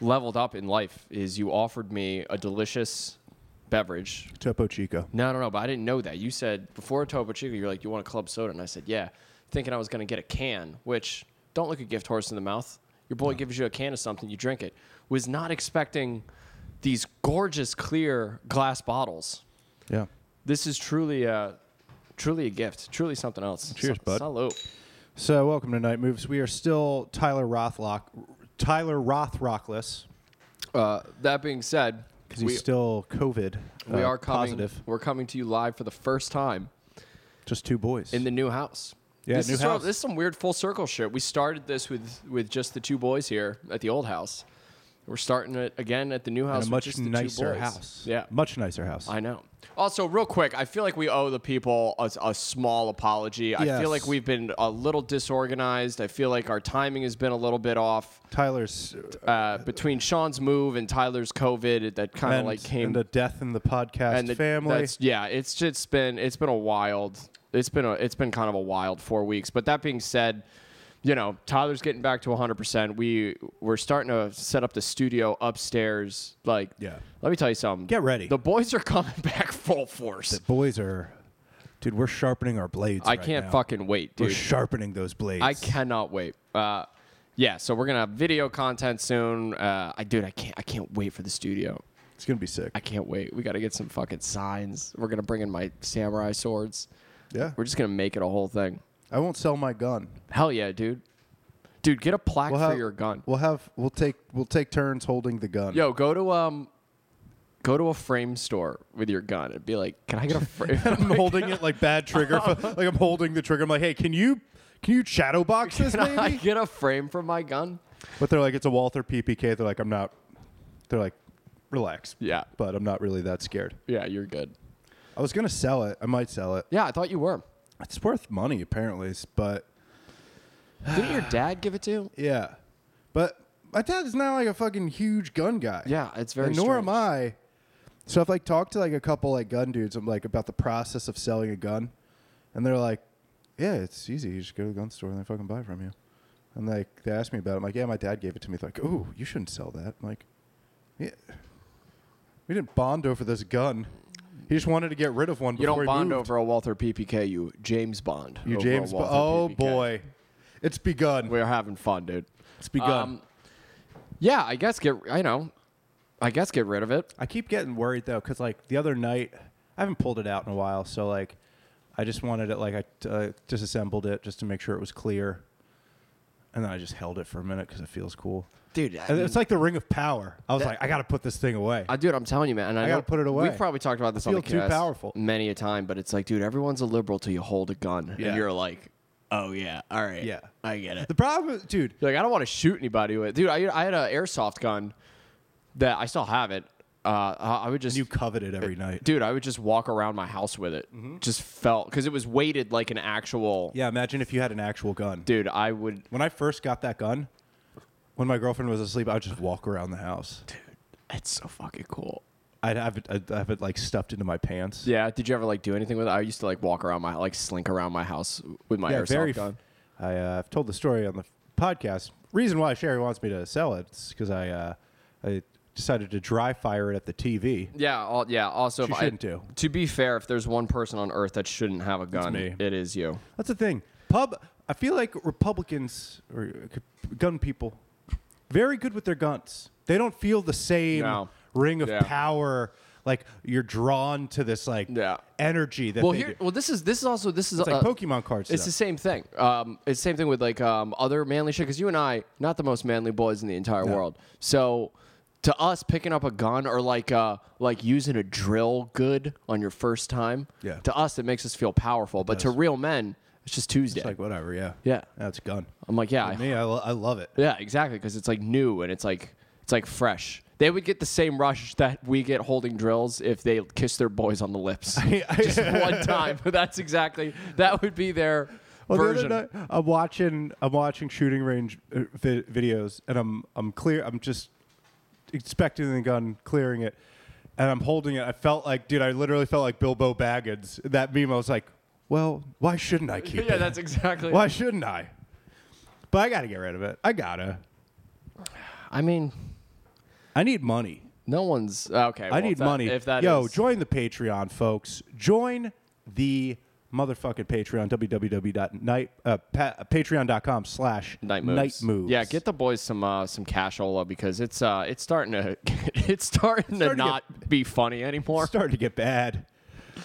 leveled up in life is you offered me a delicious beverage. Topo Chico. No, no, no, but I didn't know that. You said before a Topo Chico, you're like, you want a club soda? And I said, yeah, thinking I was going to get a can, which don't look a gift horse in the mouth. Your boy gives you a can of something, you drink it. Was not expecting these gorgeous clear glass bottles. Yeah. This is truly a, truly a gift, truly something else. Cheers, bud. Salute. So welcome to Night Moves. We are still Tyler Rothlock, Tyler Rothrockless, Uh, that being said, because he's still COVID. we uh, are coming. positive. We're coming to you live for the first time Just two boys. in the new house. Yeah, this new is sort of- house. this is some weird full circle shit. We started this with with just the two boys here at the old house. We're starting it again at the new And house. a with much just the two nicer boys. house. Yeah, Much nicer house. I know. Also, real quick, I feel like we owe the people a, a small apology. I Yes. feel like we've been a little disorganized. I feel like our timing has been a little bit off. Tyler's Uh, between Sean's move and Tyler's COVID, it- that kind of and, like came and the death in the podcast the- family. that's- yeah, it's just been it's been a wild. It's been a it's been kind of a wild four weeks. But that being said, you know Tyler's getting back to 100. percent We we're starting to set up the studio upstairs. Like Yeah. let me tell you something. Get ready. The boys are coming back full force. Boys are, dude. We're sharpening our blades. I right can't now. fucking wait, We're dude. sharpening those blades. I cannot wait. Uh, yeah, so we're gonna have video content soon. Uh, I dude, I can't I can't wait for the studio. It's gonna be sick. I can't wait. We got to get some fucking signs. We're gonna bring in my samurai swords. yeah. We're just gonna make it a whole thing. I won't sell my gun. Hell yeah, dude. Dude, get a plaque We'll for have- your gun. We'll have. We'll take. We'll take turns holding the gun. Yo, go to um, go to a frame store with your gun and be like, "Can I get a frame?" I'm holding it like bad trigger. like I'm holding the trigger. I'm like, hey, can you can you shadow box this Can I maybe? get a frame for my gun? but they're like, it's a Walther PPK. They're like, I'm not. They're like, relax. Yeah. But I'm not really that scared. Yeah, you're good. I was gonna sell it. I might sell it. Yeah, I thought you were. It's worth money apparently, s- but Didn't your dad give it to you? yeah. But my dad's not like a fucking huge gun guy. Yeah, it's very. and nor strange. am I. So I've like talked to like a couple like gun dudes. I'm like about the process of selling a gun, and they're like, "Yeah, it's easy. You just go to the gun store and they fucking buy it from you." And like they asked me about it. I'm like, "Yeah, my dad gave it to me." They're like, "Oh, you shouldn't sell that." I'm like, "Yeah, we didn't bond over this gun. He just wanted to get rid of one." You before don't he bond moved. over a Walther PPK. You James Bond. You over a James. Bo- Walther oh PPK. boy, it's begun. we're having fun, dude. It's begun. Um, yeah, I guess get. I know. I guess get rid of it. I keep getting worried though, because like the other night, I haven't pulled it out in a while, so like, I just wanted it like I uh, disassembled it just to make sure it was clear, and then I just held it for a minute because it feels cool. Dude, I And mean- it's like the ring of power. I was That- like, I got to put this thing away. I, dude, I'm telling you, man. And I, I know gotta put it away. We've probably talked about this I on the feel too cast powerful. many a time, but it's like, dude, everyone's a liberal till you hold a gun, Yeah. and you're like, oh yeah, all right, Yeah. I get it. the problem, is, dude. You're like, I don't want to shoot anybody with, dude. I, I had an airsoft gun that I still have it. Uh, I I would just, You covet it every night. dude, I would just walk around my house with it. Just felt because it was weighted like an actual, Mm-hmm. Yeah, imagine if you had an actual gun. dude. I would, When I first got that gun, when my girlfriend was asleep, I'd just walk around the house. it's so fucking cool. I'd have it, I'd have it like stuffed into my pants. Yeah, did you ever like do anything with it? I used to like walk around my like slink around my house with my airsoft very. gun. I, uh, I've told the story on the f- podcast. Reason why Sherry wants me to sell it is because I, uh, I decided to dry fire it at the TV. Yeah, all, yeah. Also, She if I- shouldn't do. To be fair, if there's one person on earth that shouldn't have a gun, me. it is you. That's the thing. Pub. I feel like Republicans or uh, gun people, very good with their guns. They don't feel the same No. ring of Yeah. power. Like you're drawn to this like Yeah. energy that Well, they here, do. well, this is this is also this is It's like uh, Pokemon cards. It's to the same them. thing. Um, it's the same thing with like um, other manly shit. Because you and I, not the most manly boys in the entire world. So, to us, picking up a gun or like uh, like using a drill good on your first time, Yeah. To us, it makes us feel powerful. But to real men, it's just Tuesday. It's like whatever. Yeah. Yeah. That's gun. I'm like, yeah, For I me, I, lo- I love it. Yeah, exactly, because it's like new and it's like it's like fresh. They would get the same rush that we get holding drills if they kiss their boys on the lips just one time. That's exactly that would be their Well, the other version. night, I'm watching I'm watching shooting range uh, vi- videos, and I'm I'm clear. I'm just expecting the gun, clearing it, and I'm holding it. I felt like, dude, I literally felt like Bilbo Baggins. That meme, I was like, well, why shouldn't I keep yeah, it? that's exactly. why shouldn't I? But I gotta get rid of it. I gotta. I mean, I need money. No one's okay. well, I if need that- money. If that Yo, is- join the Patreon, folks. Join the motherfucking Patreon, www.night, uh, pa- patreon.com slash night moves. Night moves. Yeah, get the boys some uh, some cashola because it's uh it's starting to it's starting, to starting to not be funny anymore. It's starting to get bad.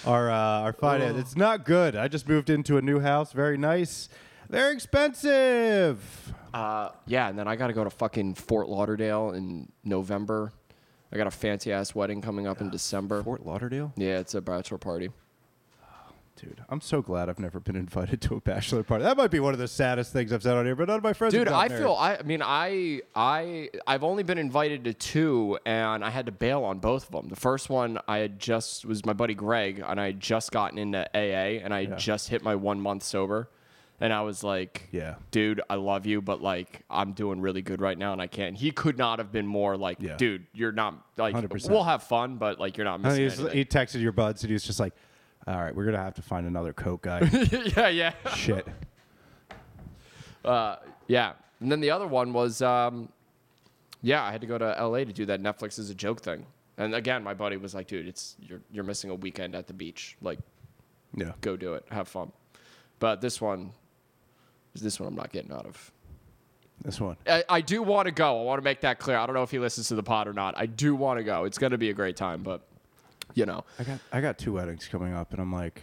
Our uh, our finance, it's not good. I just moved into a new house. Very nice. They're expensive. Uh, yeah, and then I got to go to fucking Fort Lauderdale in November. I got a fancy ass wedding coming up in December. Fort Lauderdale, Yeah, it's a bachelor party. dude. I'm so glad I've never been invited to a bachelor party. That might be one of the saddest things I've said on here. But none of my friends. have Dude, gotten I married. feel I, I mean I I I've only been invited to two and I had to bail on both of them. The first one I had just was my buddy Greg and I had just gotten into AA and I had just hit my 1 month sober and I was like, Yeah. Dude, I love you but like I'm doing really good right now and I can't. He could not have been more like, Yeah. dude, you're not like 100%. we'll have fun but like you're not And missing he's, anything." he texted your buds, and he's just like, "All right, we're gonna have to find another coke guy." Yeah, yeah. Shit. Uh, yeah. And then the other one was, um, yeah, I had to go to LA to do that Netflix is a joke thing. And again, my buddy was like, dude, it's you're you're missing a weekend at the beach. Like, Yeah. go do it, have fun. But this one, this one I'm not getting out of. This one. I, I do want to go. I want to make that clear. I don't know if he listens to the pod or not. I do want to go. It's going to be a great time, but you know, I got I got two weddings coming up, and I'm like,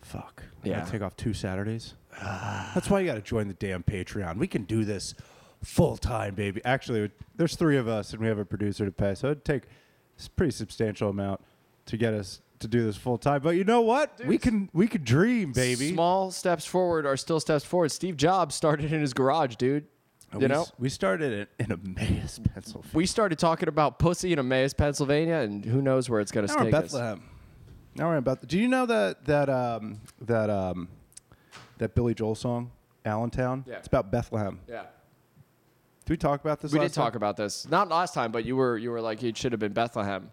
fuck. I Yeah. gotta take off two Saturdays. That's why you gotta join the damn Patreon. We can do this full time, baby. Actually, there's three of us, and we have a producer to pay, so it'd take a pretty substantial amount to get us to do this full time. But you know what? we can we could dream, baby. small steps forward are still steps forward. Steve Jobs started in his garage, dude. And you we, know, s- we started in, in Emmaus, Pennsylvania. we started talking about pussy in Emmaus, Pennsylvania, and who knows where it's going to Now we're in take us. Bethlehem. Now we're in Bethlehem. Do you know that that um, that um, that Billy Joel song, Allentown? Yeah. It's about Bethlehem. Yeah, Did we talk about this? we did last talk time? about this not last time, but you were you were like it should have been Bethlehem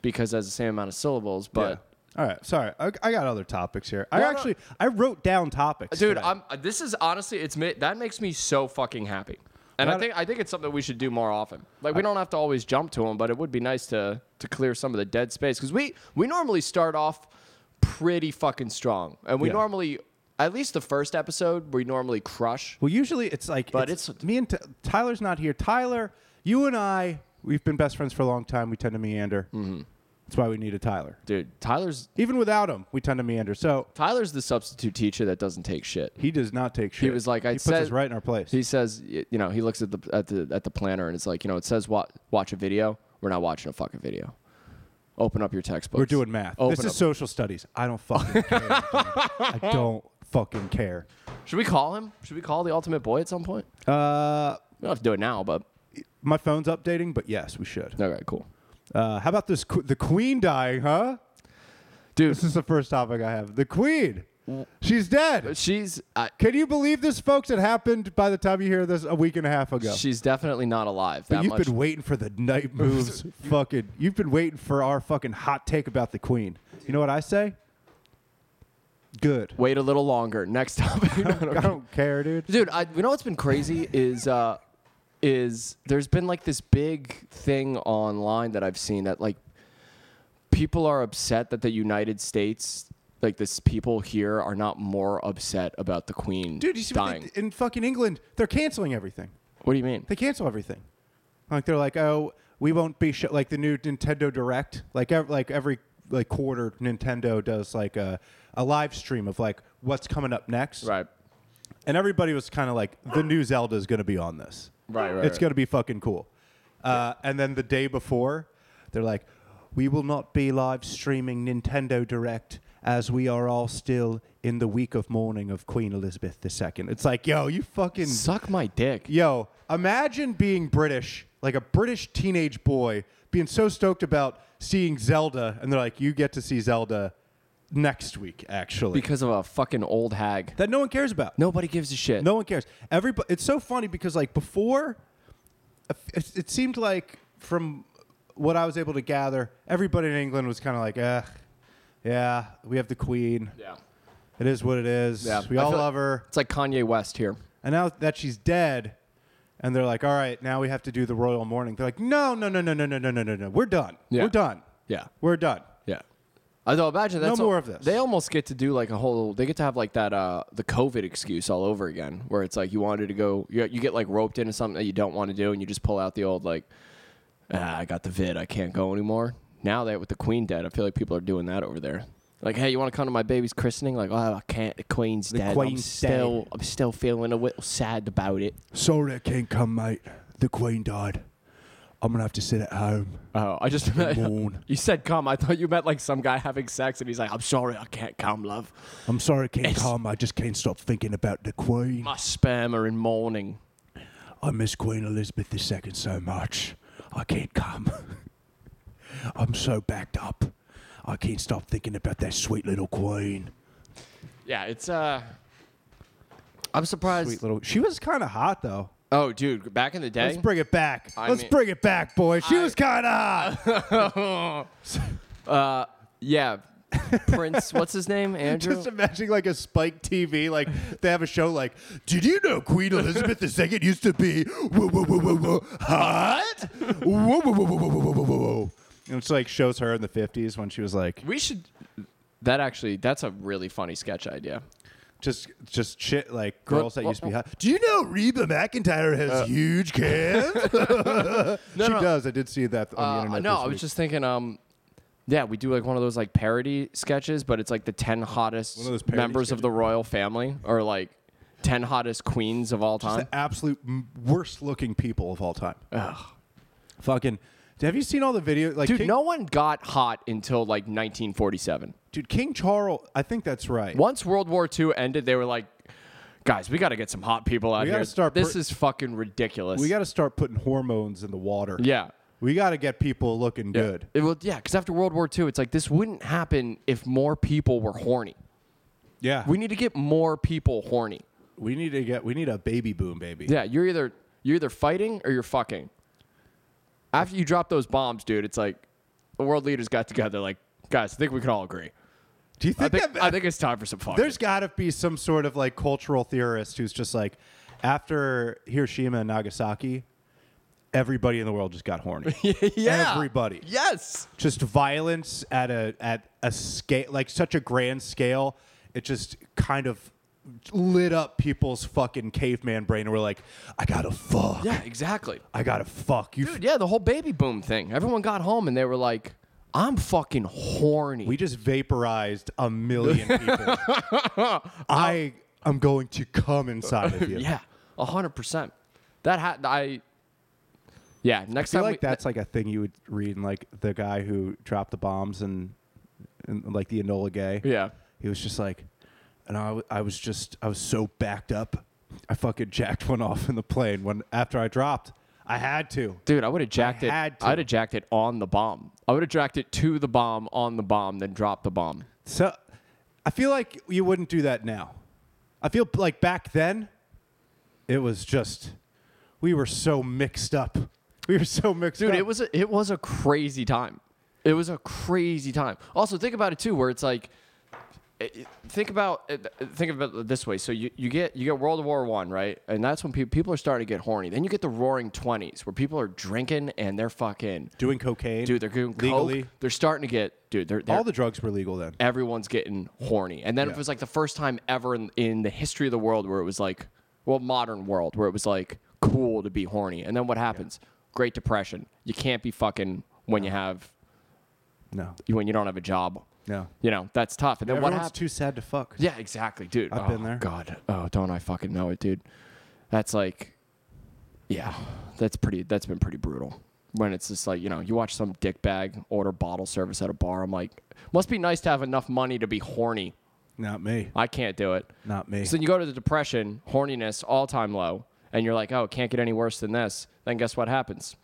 because it has the same amount of syllables. But Yeah. all right, sorry, I, I got other topics here. I No, no. actually I wrote down topics, dude, today. I'm this is honestly it's ma- that makes me so fucking happy, and I Why think I think it's something we should do more often. Like we don't have to always jump to them, but it would be nice to to clear some of the dead space because we we normally start off pretty fucking strong, and we Yeah. normally at least the first episode we normally crush. Well, usually it's like, But it's- me and T- Tyler's not here. Tyler, you and I, we've been best friends for a long time. We tend to meander. Mm-hmm. That's why we need a Tyler. Dude, Tyler's Even without him, we tend to meander. So Tyler's the substitute teacher that doesn't take shit. he does not take shit. He was like, I he puts said- us right in our place. He says, y- you know, he looks at the at the at the planner and it's like, you know, it says wa- watch a video. We're not watching a fucking video. Open up your textbook. We're doing math. Open this up. is social studies. I don't fucking care. dude. I don't fucking care. Should we call him? Should we call the ultimate boy at some point? Uh, We don't have to do it now, but my phone's updating, but yes, we should. okay, cool. Uh, how about this? Qu- the queen dying, huh? Dude, This is the first topic I have. The queen. She's dead. she's I, Can you believe this, folks? It happened by the time you hear this a week and a half ago. she's definitely not alive. That But you've much. been waiting for the night moves. fucking, you've been waiting for our fucking hot take about the queen. You know what I say? Good. Wait a little longer. Next topic. No, no, I don't care, dude. dude I, you know what's been crazy is uh is there's been like this big thing online that i've seen that like people are upset that the united states like this people here are not more upset about the queen Dude, you see what they- dying in fucking England, they're canceling everything. what do you mean They cancel everything. Like they're like, oh, we won't be sh-, like the new Nintendo Direct. Like ev- like every like quarter, Nintendo does like a a live stream of like what's coming up next. right And everybody was kind of like, the new Zelda is going to be on this. Right, right, It's right. going to be fucking cool. Uh, and then the day before, they're like, we will not be live streaming Nintendo Direct as we are all still in the week of mourning of Queen Elizabeth II. It's like, yo, you fucking suck my dick Yo, imagine being British, like a British teenage boy, being so stoked about seeing Zelda, and they're like, "You get to see Zelda next week, actually," because of a fucking old hag that no one cares about. nobody gives a shit No one cares. Everybody. It's so funny because like before, it, it seemed like from what I was able to gather, everybody in England was kind of like, "Eh, yeah, we have the Queen. yeah It is what it is. Yeah. We I all feel- love her." it's like kanye west here And now that she's dead, And they're like, all right, now we have to do the royal mourning. They're like, no, no, no, no, no, no, no, no, no, no. We're done. Yeah. We're done. Yeah. We're done. Yeah. Although imagine that's more al- of this. They almost get to do like a whole. They get to have like that uh the COVID excuse all over again, where it's like you wanted to go, you, you get like roped into something that you don't want to do, and you just pull out the old like, ah, I got the vid, I can't go anymore. Now that with the Queen dead, I feel like people are doing that over there. Like, hey, you want to come to my baby's christening? Like, oh, I can't. The Queen's The dead. I'm Queen's still, I'm still feeling a little sad about it. Sorry I can't come, mate. The Queen died. I'm going to have to sit at home. Oh, I just Moon. you said come. I thought you meant like some guy having sex, and he's like, I'm sorry, I can't come, love. I'm sorry I can't It's- come. I just can't stop thinking about the Queen. My sperm are in mourning. I miss Queen Elizabeth II so much. I can't come. I'm so backed up. I can't stop thinking about that sweet little Queen. Yeah, it's uh I'm surprised. Sweet little. She was kind of hot though. Oh, dude, back in the day. Let's bring it back. I Let's mean- bring it back, boy. She I- was kind of hot. yeah. Prince, what's his name? Andrew? Just imagining like a Spike TV, like they have a show like, did you know Queen Elizabeth II used to be woo woo woo woo woo hot? Woo woo woo woo woo woo woo woo woo. And it's like shows her in the fifties when she was like we should that actually that's a really funny sketch idea. just just shit like Well, girls that well, Uh, used to be hot. Do you know Reba McIntyre has huge calves? No, she no. does. I did see that on the Uh, internet. no, this I was week. just thinking um yeah, we do like one of those like parody sketches, but it's like the 10 One of those hottest parody members of the royal family or like 10 hottest queens of all Just time. the absolute m- worst looking people of all time. Fucking. Have you seen all the video? Like, Dude, King, no one got hot until like 1947. dude, King Charles. I think that's right. Once World War II ended, they were like, guys, we got to get some hot people out We gotta here. start this pr- is fucking ridiculous. We got to start putting hormones in the water. yeah. We got to get people looking good. It will, yeah, because after World War II, it's like this wouldn't happen if more people were horny. Yeah. We We, need to get more people horny. we need to get. We need a baby boom, baby. Yeah, you're either you're either fighting or you're fucking. After you drop those bombs, dude, it's like the world leaders got together. Like, guys, I think we can all agree. Do you I think, think that, uh, I think it's time for some fucking. There's got to be some sort of like cultural theorist who's just like, after Hiroshima and Nagasaki, everybody in the world just got horny. yeah, everybody. Yes. Just violence at a at a scale like such a grand scale, it just kind of lit up people's fucking caveman brain. And we're like, I gotta fuck. Yeah, exactly. I gotta fuck you. Dude, yeah, the whole baby boom thing. Everyone got home and they were like, I'm fucking horny. We just vaporized a million people. I am going to come inside of you. yeah, a 100%. That had, I, yeah, next I feel time like we, that's like a thing you would read in like the guy who dropped the bombs and, and like the Enola Gay. Yeah. He was just like, and I, w- I was just, I was so backed up. I fucking jacked one off in the plane when after I dropped. I had to. Dude, I would have jacked I it. had to. I'd have jacked it on the bomb. I would have jacked it to the bomb, on the bomb, then dropped the bomb. So I feel like you wouldn't do that now. I feel like back then, it was just, we were so mixed up. We were so mixed Dude, up. it was a, it was a crazy time. It was a crazy time. Also, think about it too, where it's like, it- it- think about it- think about it this way. So you, you get you get World War One, right? And that's when people people are starting to get horny. Then you get the Roaring Twenties, where people are drinking and they're fucking doing cocaine. dude. They're doing coke. legally. They're starting to get dude. They're, they're All the drugs were legal then. everyone's getting horny. And then Yeah. it was like the first time ever in, in the history of the world where it was like, well, modern world where it was like cool to be horny. And then what happens? Great Depression. You can't be fucking when you have No, when you don't have a job. no. You know that's tough. And then Everyone's what happens? too sad to fuck. yeah, exactly, dude. I've oh, been there. God, oh, don't I fucking know it, dude? That's like, yeah, that's pretty. That's been pretty brutal. When it's just like you know, you watch some dick bag order bottle service at a bar. I'm like, must be nice to have enough money to be horny. Not me. I can't do it. Not me. So then you go to the depression, horniness, all time low, and you're like, oh, it can't get any worse than this. Then guess what happens?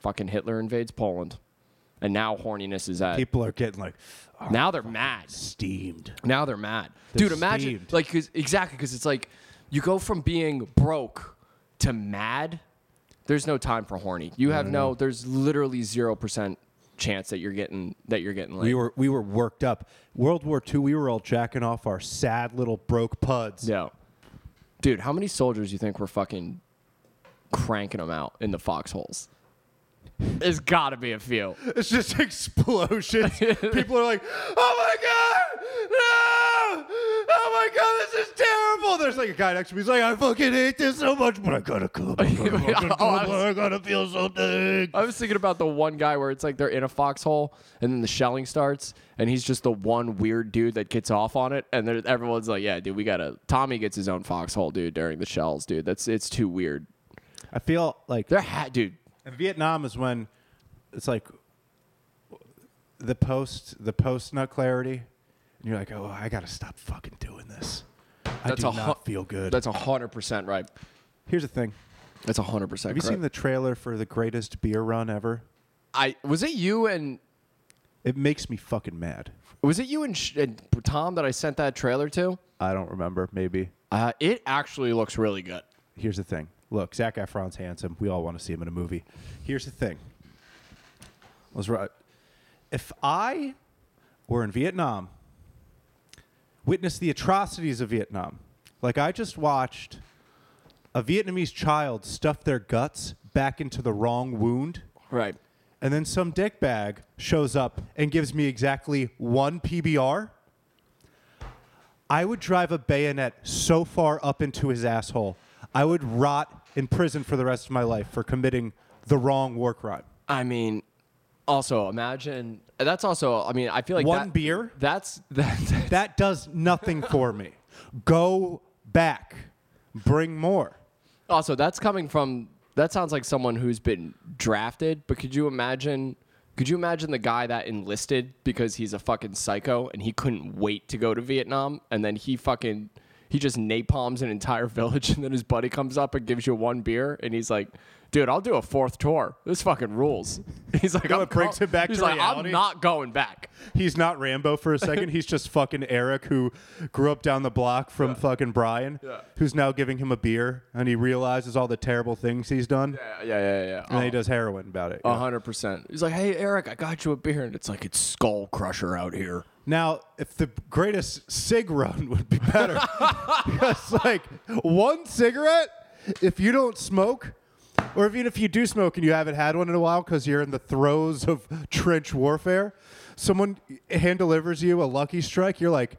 Fucking Hitler invades Poland. And now horniness is at. People are getting like oh, now they're mad. steamed. Now they're mad. They're Dude, imagine. steamed. Like, 'cause- exactly, because it's like you go from being broke to mad. There's no time for horny. You Mm-hmm. have no, there's literally 0% chance that you're getting, that you're getting laid. We were we were worked up. World War II. We were all jacking off our sad little broke puds. Yeah. Dude, how many soldiers do you think were fucking cranking them out in the foxholes. There's got to be a few. It's just explosions. People are like, "Oh my god, no! Oh my god, this is terrible!" There's like a guy next to me. He's like, "I fucking hate this so much, but I gotta come. I gotta, fucking come, Oh, I was- I gotta feel something." I was thinking about the one guy where it's like they're in a foxhole and then the shelling starts and he's just the one weird dude that gets off on it and there- everyone's like, yeah, dude, we gotta. Tommy gets his own foxhole, dude, during the shells, dude. That's it's too weird. I feel like There had, dude. And Vietnam is when it's like the post the post nut clarity, and you're like, oh, I gotta stop fucking doing this. I That's do a not hu- feel good. That's hundred percent right. Here's the thing: That's hundred percent. Have you seen the trailer for the greatest beer run ever? I was it you and It makes me fucking mad. was it you and, Sh- and Tom that I sent that trailer to? I don't remember. Maybe. Uh, it actually looks really good. Here's the thing. Look, Zach Efron's handsome. We all want to see him in a movie. Here's the thing. Let's right. If I were in Vietnam, witnessed the atrocities of Vietnam, like I just watched a Vietnamese child stuff their guts back into the wrong wound. Right. and then some dickbag shows up and gives me exactly one PBR, I would drive a bayonet so far up into his asshole, I would rot in prison for the rest of my life for committing the wrong war crime. I mean, also imagine that's also. I mean, I feel like One that- beer? That's that's That does nothing for me. Go back, bring more. Also, Oh, that's coming from that sounds like someone who's been drafted, but could you imagine could you imagine the guy that enlisted because he's a fucking psycho and he couldn't wait to go to Vietnam and then he fucking he just napalms an entire village and then his buddy comes up and gives you one beer and he's like, "Dude, I'll do a fourth tour. This fucking rules." He's like, know "I'm what brings him back He's to like, reality? "I'm not going back." He's not Rambo for a second. He's just fucking Eric, who grew up down the block from fucking Brian, Yeah. who's now giving him a beer, and he realizes all the terrible things he's done. Yeah, yeah, yeah, And yeah. then he does heroin about it. A hundred percent. He's like, "Hey, Eric, I got you a beer," and it's like it's Skull Crusher out here. Now, if the greatest cig run would be better, because like one cigarette, if you don't smoke, or even if you do smoke and you haven't had one in a while because you're in the throes of trench warfare, someone eh, hand delivers you a Lucky Strike. You're like,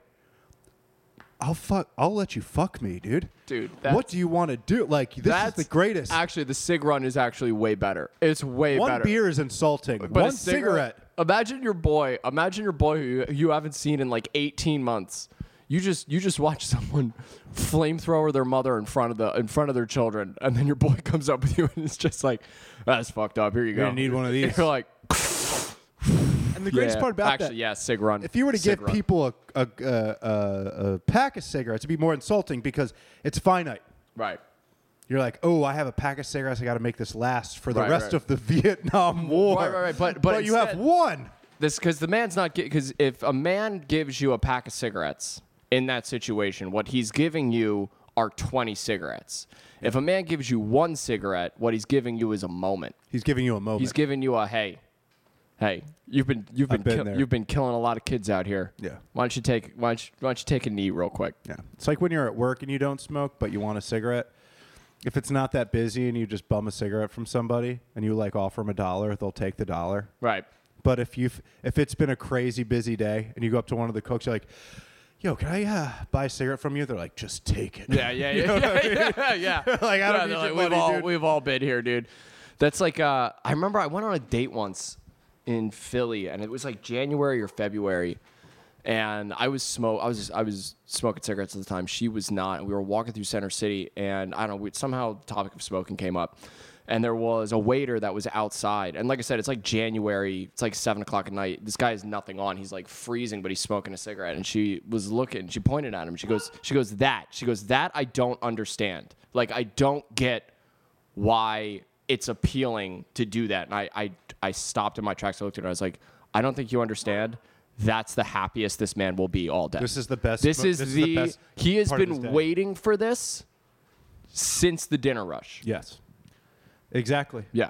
I'll fuck, I'll let you fuck me, dude. Dude, what that's- do you want to do? Like, this is the greatest. Actually, the cig run is actually way better. It's way one better. beer is insulting. But a one cigarette. Imagine your boy. Imagine your boy who you, who you haven't seen in like 18 months. You just you just watch someone flamethrower their mother in front of the in front of their children, and then your boy comes up with you and it's just like, that's fucked up. Here you go. gonna need one of these." You're like, And the greatest yeah. part about actually, that, yeah, cig run. if you were to Cig give run. people a, a, a, a, a pack of cigarettes, it'd be more insulting because it's finite. right, You're like, oh, I have a pack of cigarettes. I got to make this last for the Right, rest right. of the Vietnam War. Right, right, right. But- but you have instead- one. This because the man's not because if a man gives you a pack of cigarettes in that situation, what he's giving you are twenty cigarettes. If a man gives you one cigarette, what he's giving you is a moment. He's giving you a moment. He's giving you a hey, hey, you've been you've been, I've been kill- there. you've been killing a lot of kids out here. Yeah. Why don't you take why don't you, why don't you take a knee real quick? yeah. It's like when you're at work and you don't smoke, but you want a cigarette. If it's not that busy and you just bum a cigarette from somebody and you like offer them a dollar, they'll take the dollar. Right. But if you've if it's been a crazy busy day and you go up to one of the cooks, you're like, "Yo, can I uh, buy a cigarette from you?" They're like, "Just take it." Yeah, yeah, yeah, yeah, yeah, yeah. Like, I don't Yeah, need they're like, your money, we've all dude. we've all been here, dude. That's like uh, I remember I went on a date once in Philly, and it was like January or February, and I was smoke I was I was smoking cigarettes at the time. She was not. We were walking through Center City, and I don't know. We, somehow the topic of smoking came up. And there was a waiter that was outside. And like I said, it's like January. It's like seven o'clock at night. This guy has nothing on. He's like freezing, but he's smoking a cigarette. And she was looking. She pointed at him. She goes, she goes, that. She goes, that I don't understand. Like I don't get why it's appealing to do that. And I, I, I stopped in my tracks. I looked at her. I was like, I don't think you understand. That's the happiest this man will be all day. This is the best. This mo- is this is the the, best he has part of his been day. waiting for this since the dinner rush. Yes. Exactly. Yeah.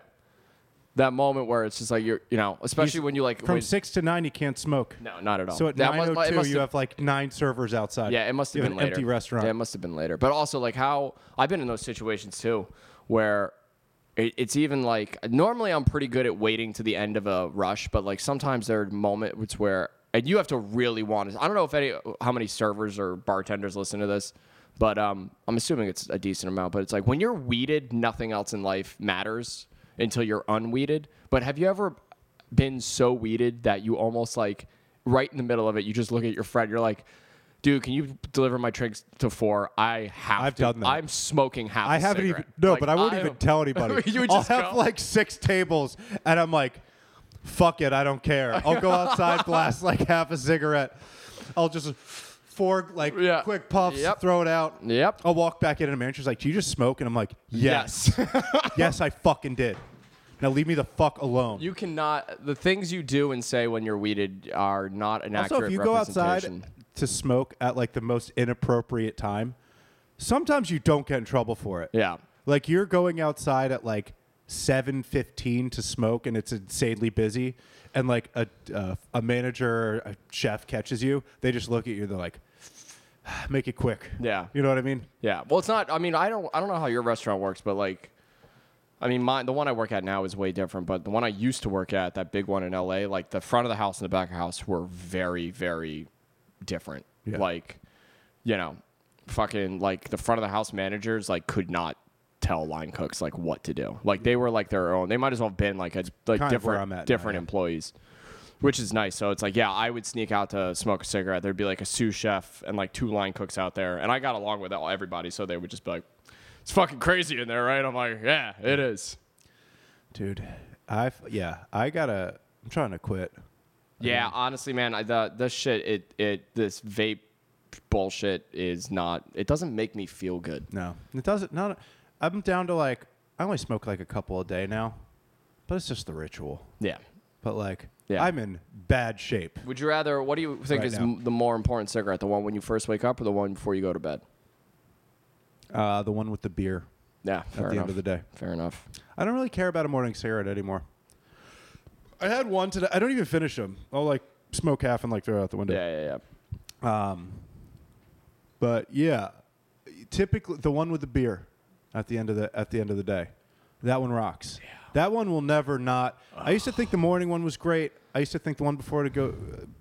That moment where it's just like you're, you know, especially when you like From when- six to nine, you can't smoke. no, not at all. So at That nine must- it oh two, must you have like nine servers outside. Yeah, it must have You been an later. empty restaurant. Yeah, it must have been later. But also, like how I've been in those situations too, where It, it's even like normally I'm pretty good at waiting to the end of a rush, but like sometimes there are moments where and you have to really want to. I don't know if any how many servers or bartenders listen to this, but um, I'm assuming it's a decent amount. But it's like when you're weeded, nothing else in life matters until you're unweeded. But have you ever been so weeded that you almost like right in the middle of it, you just look at your friend, you're like. Dude, can you deliver my drinks to four? I have I've to. done that. I'm smoking half. I a haven't even cigarette. no, Like, but I won't I'm- even tell anybody. you would I'll just have go. like six tables, and I'm like, "Fuck it, I don't care." I'll go outside, blast like half a cigarette. I'll just four like Yeah. quick puffs, Yep. throw it out. Yep. I'll walk back in, and a manager's like, "Do you just smoke?" And I'm like, Oh, "Yes, yes. yes, I fucking did." Now leave me the fuck alone. You cannot. The things you do and say when you're weeded are not an also, accurate if you go representation. outside to smoke at like the most inappropriate time, sometimes you don't get in trouble for it. Yeah. Like you're going outside at like 7:15 to smoke and it's insanely busy and like a uh, a manager or a chef catches you, they just look at you they're like "Ah, make it quick. Yeah. You know what I mean? Yeah. Well, it's not. I mean, I don't. I don't know how your restaurant works, but like, I mean, my the one I work at now is way different. But the one I used to work at, that big one in L.A., like the front of the house and the back of the house were very, very different. Yeah. Like, you know, fucking like the front of the house managers like could not tell line cooks like what to do. Like they were like their own. They might as well have been like a like kind of where I'm different at now, different yeah. employees. Which is nice. So it's like, yeah, I would sneak out to smoke a cigarette. There'd be like a sous chef and like two line cooks out there, and I got along with all everybody. So they would just be like, "It's fucking crazy in there, right?" I'm like, "Yeah, it is." Dude, I yeah, I got to I'm trying to quit. Yeah, honestly, man, I, the the shit, it it this vape bullshit is not. It doesn't make me feel good. No. It doesn't not I'm down to like I only smoke like a couple a day now. But it's just the ritual. Yeah. But like Yeah. I'm in bad shape. Would you rather? What do you think Right is now. m- the more important cigarette, the one when you first wake up or the one before you go to bed? Uh, the one with the beer Yeah, at fair the enough. end of the day. fair enough. I don't really care about a morning cigarette anymore. I had one today. I don't even finish them. I'll like smoke half and like throw it out the window. Yeah, yeah, yeah. Um, but yeah, typically the one with the beer at the end of the at the end of the day, that one rocks. That one will never not. I used to think the morning one was great. I used to think the one before to go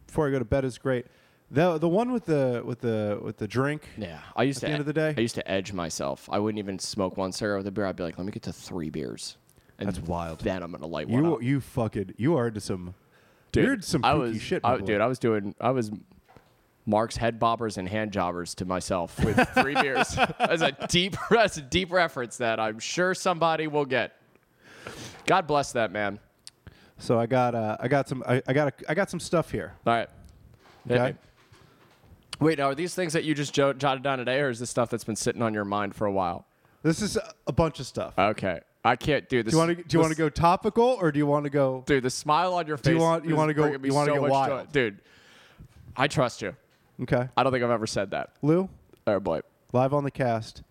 before I go to bed is great. The the one with the with the with the drink. Yeah, I used to At e-, the end of the day? I used to edge myself. I wouldn't even smoke one cigarette with a beer. I'd be like, let me get to three beers. And That's wild. Then I'm gonna light one. You up. you fucking you are into some. Dude, you're into some I kooky was, shit, my I, boy. dude. I was doing. I was Mark's head bobbers and hand jobbers to myself with three beers. That's a deep. That's a deep reference that I'm sure somebody will get. God bless that man. So I got uh, I got some I, I got a, I got some stuff here. All right. Hit Okay. me. Wait, now are these things that you just jo- jotted down today, or is this stuff that's been sitting on your mind for a while? This is a, a bunch of stuff. Okay, I can't do this. do you want to do you want to Uh, this- go topical or do you want to go? dude? The smile on your face. you want- you is wanna go- bringing me you wanna so go much joy. wild? dude? I trust you. Okay, I don't think I've ever said that. Lou, Oh boy. live on the cast,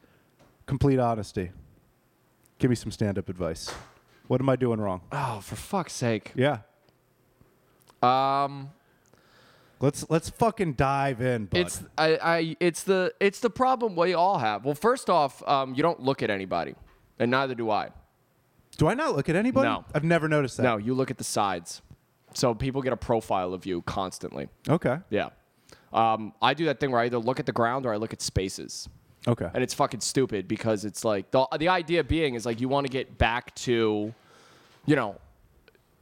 complete honesty. Give me some stand-up advice. What am I doing wrong? Oh, for fuck's sake. Yeah, Um, let's let's fucking dive in. Bud. it's I, I it's the it's the problem we all have. Well, first off, um, you don't look at anybody, and neither do I. do I not look at anybody? No. I've never noticed that. No, you look at the sides, so people get a profile of you constantly. Okay. Yeah. Um, I do that thing where I either look at the ground or I look at spaces. Okay. And it's fucking stupid because it's like the, the idea being is like you want to get back to, you know,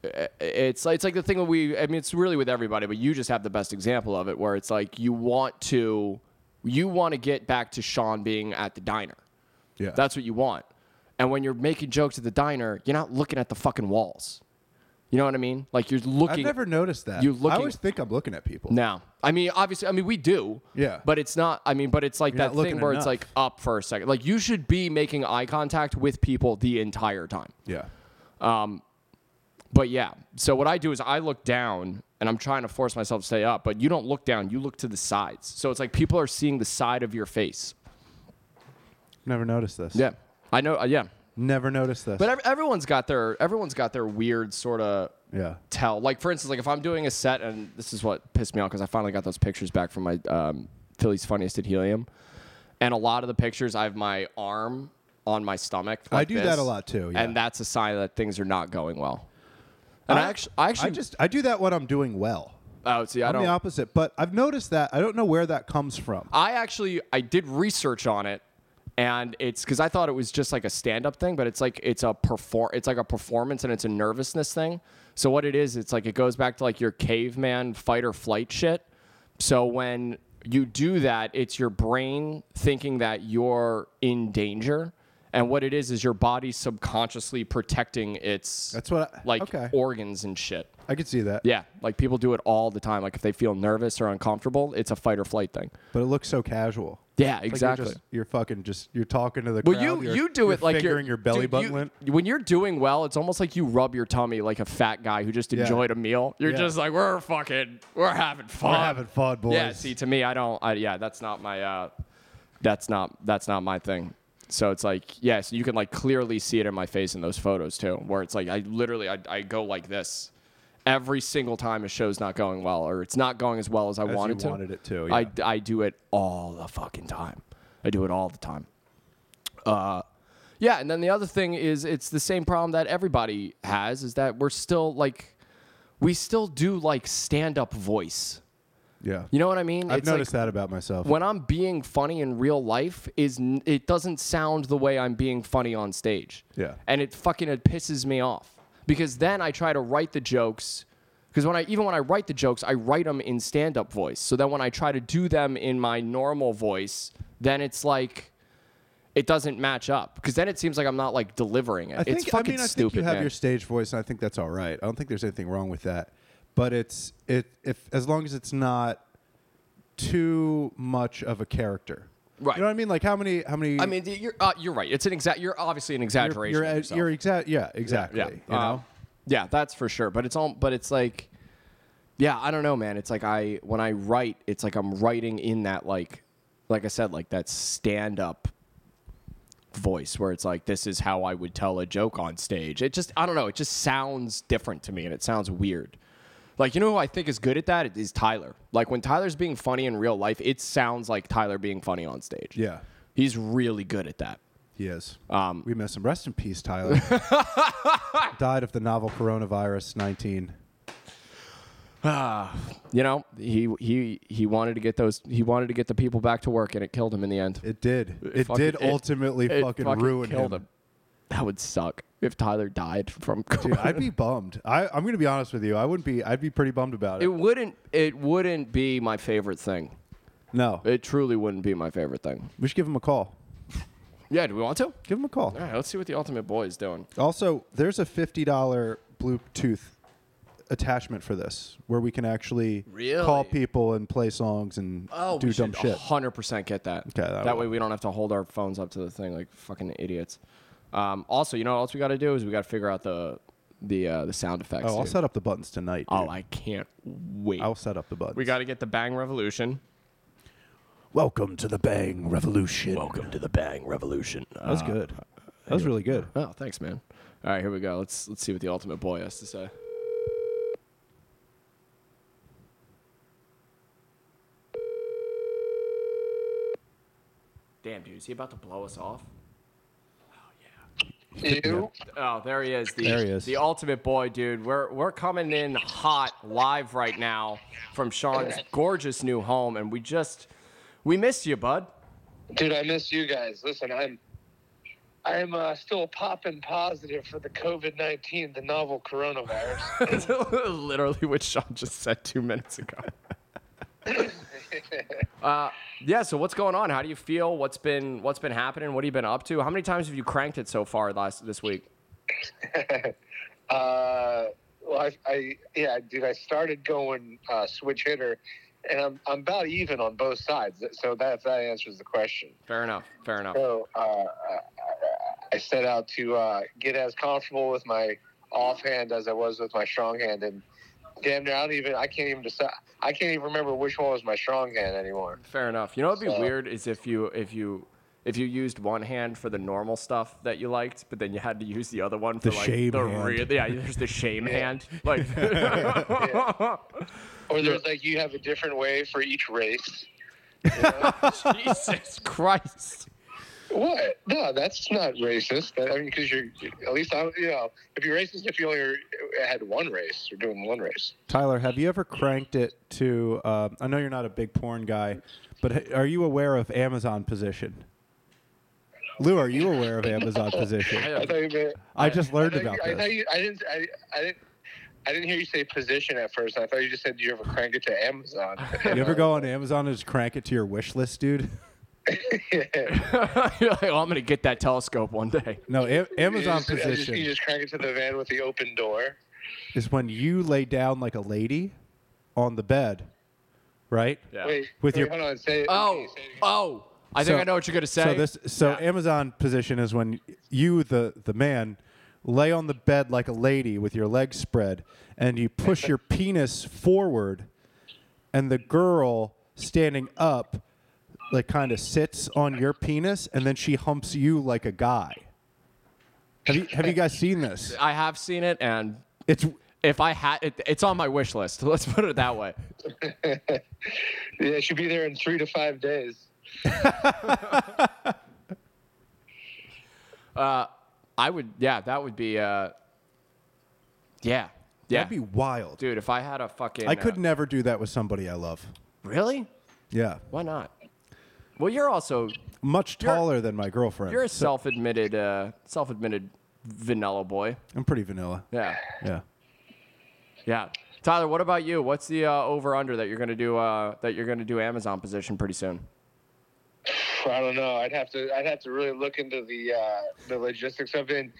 i- it's like, it's like the thing that we, I mean, it's really with everybody, but you just have the best example of it where it's like you want to, you want to get back to Sean being at the diner. yeah. That's what you want. And when you're making jokes at the diner, you're not looking at the fucking walls. You know what I mean? Like you're I've looking. never noticed that. you I looking- always think I'm looking at people. No. I mean, obviously, I mean, we do. Yeah. But it's not, I mean, but it's like You're that not looking thing where it's enough. like up for a second. Like, you should be making eye contact with people the entire time. Yeah. But yeah. So, what I do is I look down and I'm trying to force myself to stay up, but you don't look down, you look to the sides. So, it's like people are seeing the side of your face. Never noticed this. Yeah. I know. Uh, yeah. Never noticed this. But ev- everyone's got their, everyone's got their weird sort of yeah. tell. Like for instance, like if I'm doing a set, and this is what pissed me off because I finally got those pictures back from my um, Philly's Funniest at Helium, and a lot of the pictures I have my arm on my stomach. I like do that this, a lot too, yeah. and that's a sign that things are not going well. And I, actually, I actually I just I do that when I'm doing well. oh, see, I I'm don't. the opposite, but I've noticed that. I don't know where that comes from. I actually I did research on it, and it's because I thought it was just like a stand-up thing, but it's like it's a perform it's like a performance and it's a nervousness thing. So what it is, it's like it goes back to like your caveman fight or flight shit. So when you do that, it's your brain thinking that you're in danger. And what it is is your body subconsciously protecting its That's what I- like okay. organs and shit. I could see that. Yeah, like people do it all the time. Like if they feel nervous or uncomfortable, it's a fight or flight thing. But it looks so casual. Yeah, It's like exactly. you're, just, you're fucking just you're talking to the Well, crowd. you you're- you do you're it like fingering you're, your belly dude, button. you- went. when you're doing well, it's almost like you rub your tummy like a fat guy who just enjoyed a meal. You're Yeah. just like we're fucking we're having fun. having fun, Ah. Yeah. boys. See, to me, I don't. I, yeah, that's not my. Uh, that's not that's not my thing. So it's like yes, you can like clearly see it in my face in those photos too, where it's like I literally I, I go like this every single time a show's not going well or it's not going as well as I you wanted to. wanted it to, I yeah. I do it all the fucking time. I do it all the time. Uh, Yeah, and then the other thing is it's the same problem that everybody has is that we're still like we still do like stand up voice. yeah. You know what I mean? I've It's like, noticed that about myself. when I'm being funny in real life is n- it doesn't sound the way I'm being funny on stage. Yeah. And it fucking it pisses me off because then I try to write the jokes because when I even when I write the jokes, I write them in stand-up voice. So then when I try to do them in my normal voice, then it's like it doesn't match up because then it seems like I'm not like delivering it. I think it's fucking I mean, I stupid. think you have man. your stage voice, and I think that's all right. I don't think there's anything wrong with that. But it's it if as long as it's not too much of a character, Right. You know what I mean? Like how many how many? I mean, you're uh, you're right. It's an exact. You're obviously an you're exaggeration. you're, of at- yourself. you're exact. Yeah, exactly. Yeah. You Uh, know. yeah, that's for sure. But it's all but it's like yeah, I don't know, man. It's like I when I write, it's like I'm writing in that like like I said, like that stand up voice where it's like this is how I would tell a joke on stage. It just I don't know, it just sounds different to me and it sounds weird. Like you know who I think is good at that is Tyler. Like when Tyler's being funny in real life, it sounds like Tyler being funny on stage. Yeah. He's really good at that. He is. Um, we miss him. Rest in peace, Tyler. Died of the novel coronavirus 19. you know he he he wanted to get those he wanted to get the people back to work and it killed him in the end It did. It, fucking- did ultimately it fucking, ruin killed him. that would suck if tyler died from Dude, corona I'd be bummed. I, I'm going to be honest with you. I wouldn't be. I'd be pretty bummed about it. it wouldn't it wouldn't be my favorite thing no, it truly wouldn't be my favorite thing we should give him a call. yeah do we want to all Give him a call. right let's see what the ultimate boy is doing Also, there's a fifty dollar Bluetooth attachment for this, where we can actually Really? call people and play songs and oh do we dumb should shit. 100% get that Okay, that that will- way we don't have to hold our phones up to the thing like fucking idiots um, also you know what else we got to do is we got to figure out the the uh, the sound effects Oh, I'll dude. set up the buttons tonight. oh dude. i can't wait I'll set up the buttons. We got to get the Bang Revolution. Welcome to the Bang Revolution. Welcome to the Bang Revolution. Uh, That was good. That was really good. Oh, thanks, man. All right, here we go. Let's let's see what the Ultimate Boy has to say. Damn, dude, is he about to blow us off? You? Oh, there he is. The, There he is. The ultimate boy, dude. We're we're coming in hot live right now from Sean's gorgeous new home, and we just we missed you, bud. Dude, I miss you guys. Listen, I'm I'm uh, still popping positive for the COVID nineteen, the novel coronavirus. Literally what Sean just said two minutes ago. uh, yeah. So what's going on? How do you feel? What's been what's been happening? What have you been up to? How many times have you cranked it so far last this week? uh, well, I, I yeah, dude, I started going uh, switch hitter, and I'm I'm about even on both sides. So that that answers the question. Fair enough. Fair enough. So uh, I- I set out to uh, get as comfortable with my offhand as I was with my strong hand, and damn near I don't even I can't even decide I can't even remember which one was my strong hand anymore. Fair enough. You know what'd be So- weird is if you if you if you used one hand for the normal stuff that you liked, but then you had to use the other one for The like shame the hand. real yeah, there's the shame hand. Like Or there's like you have a different way for each race. Jesus Christ. What? No, that's not racist. That- I mean, because you're at least I, you know, if you're racist, if you only had one race, you're doing one race. Tyler, have you ever cranked it to? Uh, I know you're not a big porn guy, but ha- are you aware of Amazon position? Lou, are you aware of Amazon position? I thought you meant, I just learned I thought about this. you, I thought you, I didn't. I, I didn't. I didn't hear you say position at first. I thought you just said you ever crank it to Amazon. You ever go on Amazon and just crank it to your wish list, dude? You're like, well, I'm gonna get that telescope one day. No, a- You Amazon just, I just- you position just crank it to the van with the open door. is when you lay down like a lady on the bed, right? Yeah. Wait, With wait, your- hold on. Say it. Oh, say it again. oh! I think So- I know what you're gonna say. So this, so Yeah. Amazon position is when you, the the man, lay on the bed like a lady with your legs spread, and you push your penis forward, and the girl standing up, like kind of sits on your penis, and then she humps you like a guy. Have you have you guys seen this? I have seen it, and It's if I had, it, it's on my wish list. Let's put it that way. Yeah, it should be there in three to five days. I would, yeah, that would be, uh, yeah, yeah, that'd be wild. dude. If I had a fucking, I could uh, never do that with somebody I love. really. Yeah, Why not? Well, you're also much You're- taller than my girlfriend. you're a so self-admitted, uh, self-admitted vanilla boy. I'm pretty vanilla. Yeah, Yeah. yeah. Tyler, what about you? What's the uh, over/under that you're gonna do? Uh, that you're gonna do Amazon position pretty soon? I don't know. I'd have to. I'd have to really look into the uh, the logistics of it. And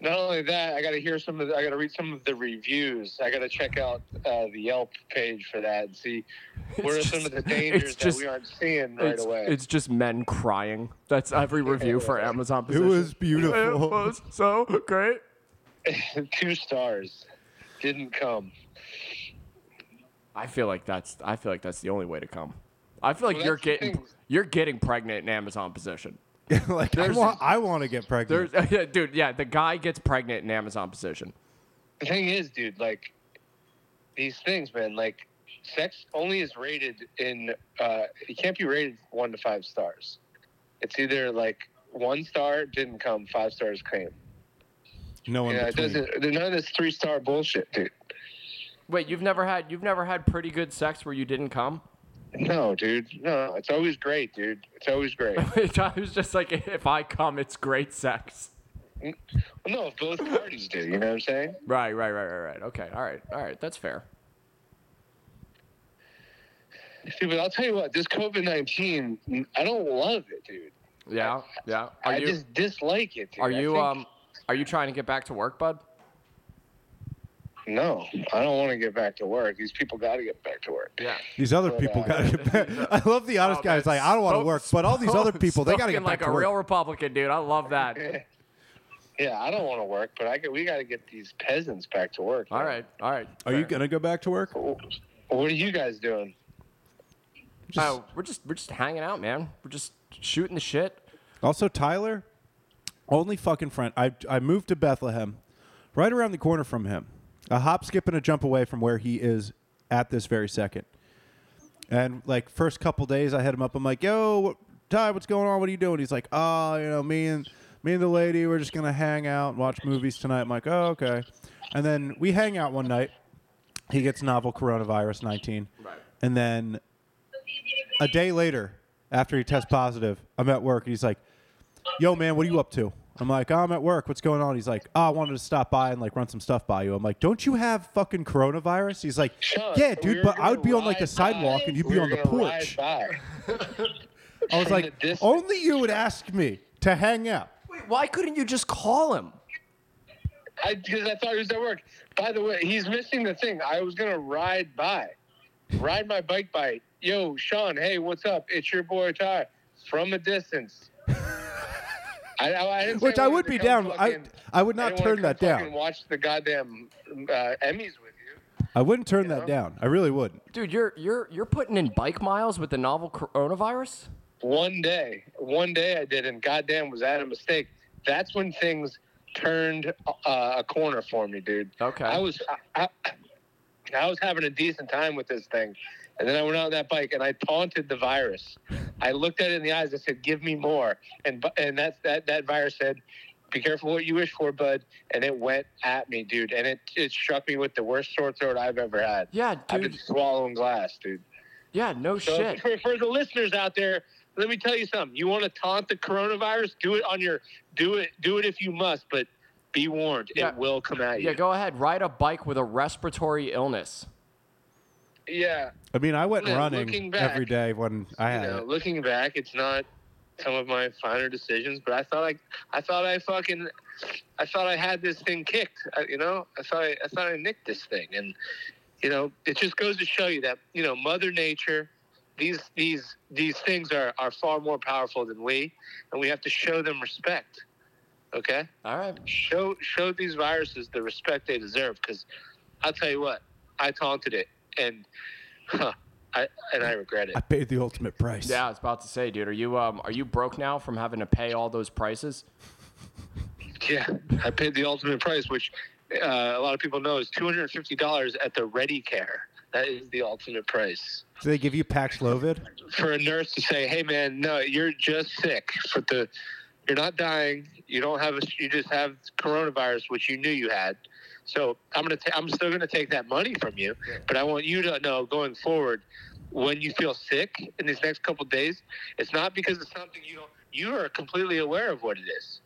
not only that, I got to hear some of. The, I got to read some of the reviews. I got to check out uh, the Yelp page for that and see what are It's some of the just- it's dangers just- that we aren't seeing right it's, away. it's just men crying. That's every review for Amazon position. was beautiful. It was so great. Two stars didn't come. I feel like that's I feel like that's the only way to come. I feel like Well, you're that's the getting thing. you're getting pregnant in Amazon position. like I want, I want to get pregnant. There's dude, yeah, the guy gets pregnant in Amazon position. The thing is, dude, like these things, man. Like sex only is rated in. Uh, it can't be rated one to five stars. It's either like one star didn't come, five stars came. No one. Yeah, it between. doesn't. None of this three star bullshit, dude. Wait, you've never had you've never had pretty good sex where you didn't come? No, dude. No, it's always great, dude. It's always great. I was just like if I come it's great sex. no, if both parties do. You know what I'm saying? Right, right, right, right, right. Okay. All right. All right. That's fair. Dude, but I'll tell you what. This COVID nineteen, I don't love it, dude. Yeah. Yeah. Are I you just dislike it. Dude. are I you think- um are you trying to get back to work, bud? No, I don't want to get back to work. These people got to get back to work. Yeah. These other Yeah. people got to get back. I love the honest Oh, guys. man, Like I don't want to spoke- work, but all these other people they got to spoken get back like to a real work. Republican, dude. I love that. Yeah, I don't want to work, but I get, we got to get these peasants back to work. All man. right. All right. Are you gonna go back to work? What are you guys doing? Just- oh, we're just we're just hanging out, man. We're just shooting the shit. Also, Tyler, only fucking friend. I I moved to Bethlehem, right around the corner from him, a hop, skip, and a jump away from where he is at this very second. And like first couple days, I hit him up. I'm like, "Yo, what, Ty, what's going on? What are you doing?" He's like, "Oh, you know, me and me and the lady, we're just gonna hang out and watch movies tonight." I'm like, "Oh, okay." And then we hang out one night. He gets novel coronavirus 19, Right. and then a day later, after he tests positive, I'm at work. And he's like, "Yo, man, what are you up to?" I'm like, oh, "I'm at work. What's going on?" He's like, "Oh, I wanted to stop by and like run some stuff by you." I'm like, "Don't you have fucking coronavirus?" He's like, Sean, "Yeah, we dude, were but I gonna would be on like the ride sidewalk by. and you'd We be were on the gonna ride porch." by. I was from like, the distance. "Only you would ask me to hang out." Wait, why couldn't you just call him? I because I thought he was at work. By the way, he's missing the thing. I was gonna ride by, ride my bike by. Yo, Sean. Hey, what's up? It's your boy Ty from a distance. I, I, I didn't say Which I wanted would to be come down. I- fucking- I would not didn't wanna turn that come down. fucking Watch the goddamn uh, Emmys with you. I wouldn't turn that know? down. I really wouldn't. Dude, you're you're you're putting in bike miles with the novel coronavirus? One day, one day I did, and goddamn, was that a mistake? That's when things turned uh, a corner for me, dude. Okay. I was, I, I, I was having a decent time with this thing, And then I went out on that bike and I taunted the virus. I looked at it in the eyes. I said, "Give me more." And bu- and that's that that virus said, "Be careful what you wish for, bud." And it went at me, dude. And it it struck me with the worst sore throat I've ever had. Yeah, I've been dude. swallowing glass, dude. Yeah, no So shit. For, for the listeners out there, let me tell you something. You want to taunt the coronavirus? Do it on your do it do it if you must, but be warned, Yeah. it will come at you. Yeah, go ahead. Ride a bike with a respiratory illness. yeah. I mean, I went Yeah, running looking back, every day when I You had know, it. looking back, it's not some of my finer decisions, but I thought I I thought I fucking I thought I had this thing kicked. I, you know, I thought I, I thought I nicked this thing, and you know, it just goes to show you that you know, Mother Nature. These these these things are, are far more powerful than we, and we have to show them respect. Okay. All right. show show these viruses the respect they deserve. Because I'll tell you what, I taunted it, and huh, I and I regret it. I paid the ultimate price. Yeah, I was about to say, dude, are you um are you broke now from having to pay all those prices? Yeah, I paid the ultimate price, which uh, a lot of people know is two hundred and fifty dollars at the Ready Care. That is the ultimate price Do they give you Paxlovid? for a nurse to say, "Hey, man, no, you're just sick. For the, you're not dying. You don't have a. You just have coronavirus, which you knew you had. So I'm gonna. Ta- I'm still gonna take that money from you, but I want you to know going forward, when you feel sick in these next couple days, it's not because it's something you don't. You are completely aware of what it is.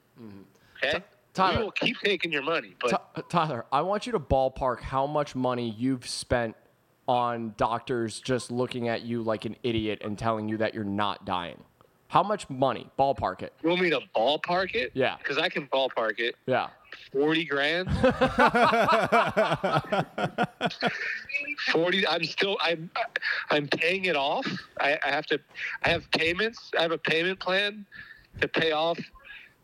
Okay. Mm-hmm. Tyler- we will keep taking your money, but Ty- Tyler, I want you to ballpark how much money you've spent on doctors just looking at you like an idiot and telling you that you're not dying. How much money? Ballpark it. you want me to ballpark it? Yeah. Because I can ballpark it. Yeah. Forty grand. Forty. I'm still. I'm. I'm paying it off. I, I have to. I have payments. I have a payment plan to pay off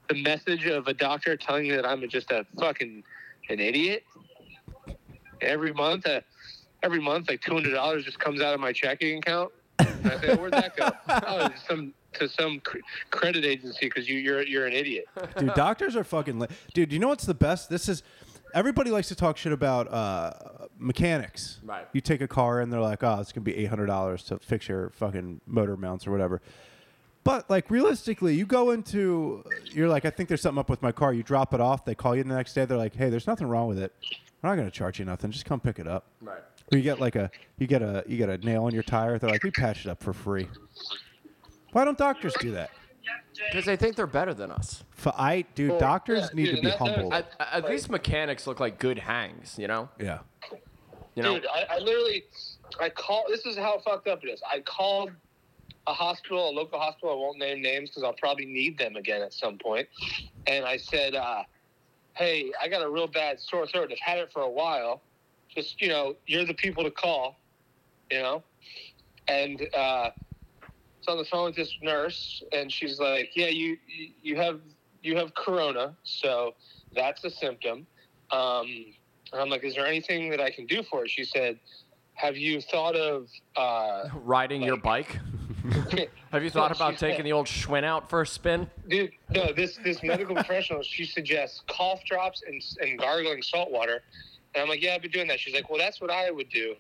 the message of a doctor telling you that I'm just a fucking an idiot. Every month, uh, every month, like two hundred dollars just comes out of my checking account. And I say, "Where'd that go?" oh, to some to some cr- credit agency because you you're you're an idiot. dude doctors are fucking li- dude you know what's the best this is everybody likes to talk shit about uh, mechanics Right. you take a car and they're like oh it's gonna be $800 to fix your fucking motor mounts or whatever but like realistically you go into you're like i think there's something up with my car you drop it off they call you the next day they're like hey there's nothing wrong with it we're not gonna charge you nothing just come pick it up Right. or you get like a you get a you get a nail in your tire they're like we patched it up for free why don't doctors do that Because they think they're better than us. F- I dude, Well, doctors Oh, yeah, need dude, to be and that- that- humble. At, at least mechanics look like good hangs, you know? Yeah. You know? Dude, I, I literally, I call. This is how fucked up it is. I called a hospital, a local hospital. I won't name names because I'll probably need them again at some point. And I said, uh, "Hey, I got a real bad sore throat. I've had it for a while. Just you know, you're the people to call. You know." And uh, was on the phone with this nurse, and she's like, "Yeah, you you- you have you have corona, so that's a symptom." Um, and I'm like, "Is there anything that I can do for it?" She said, "Have you thought of?" Uh, Riding your bike. Have you thought about taking the old Schwinn out for a spin? Dude, no, this this medical professional, she suggests cough drops and, and gargling salt water. And I'm like, yeah, I've been doing that. She's like, well, that's what I would do.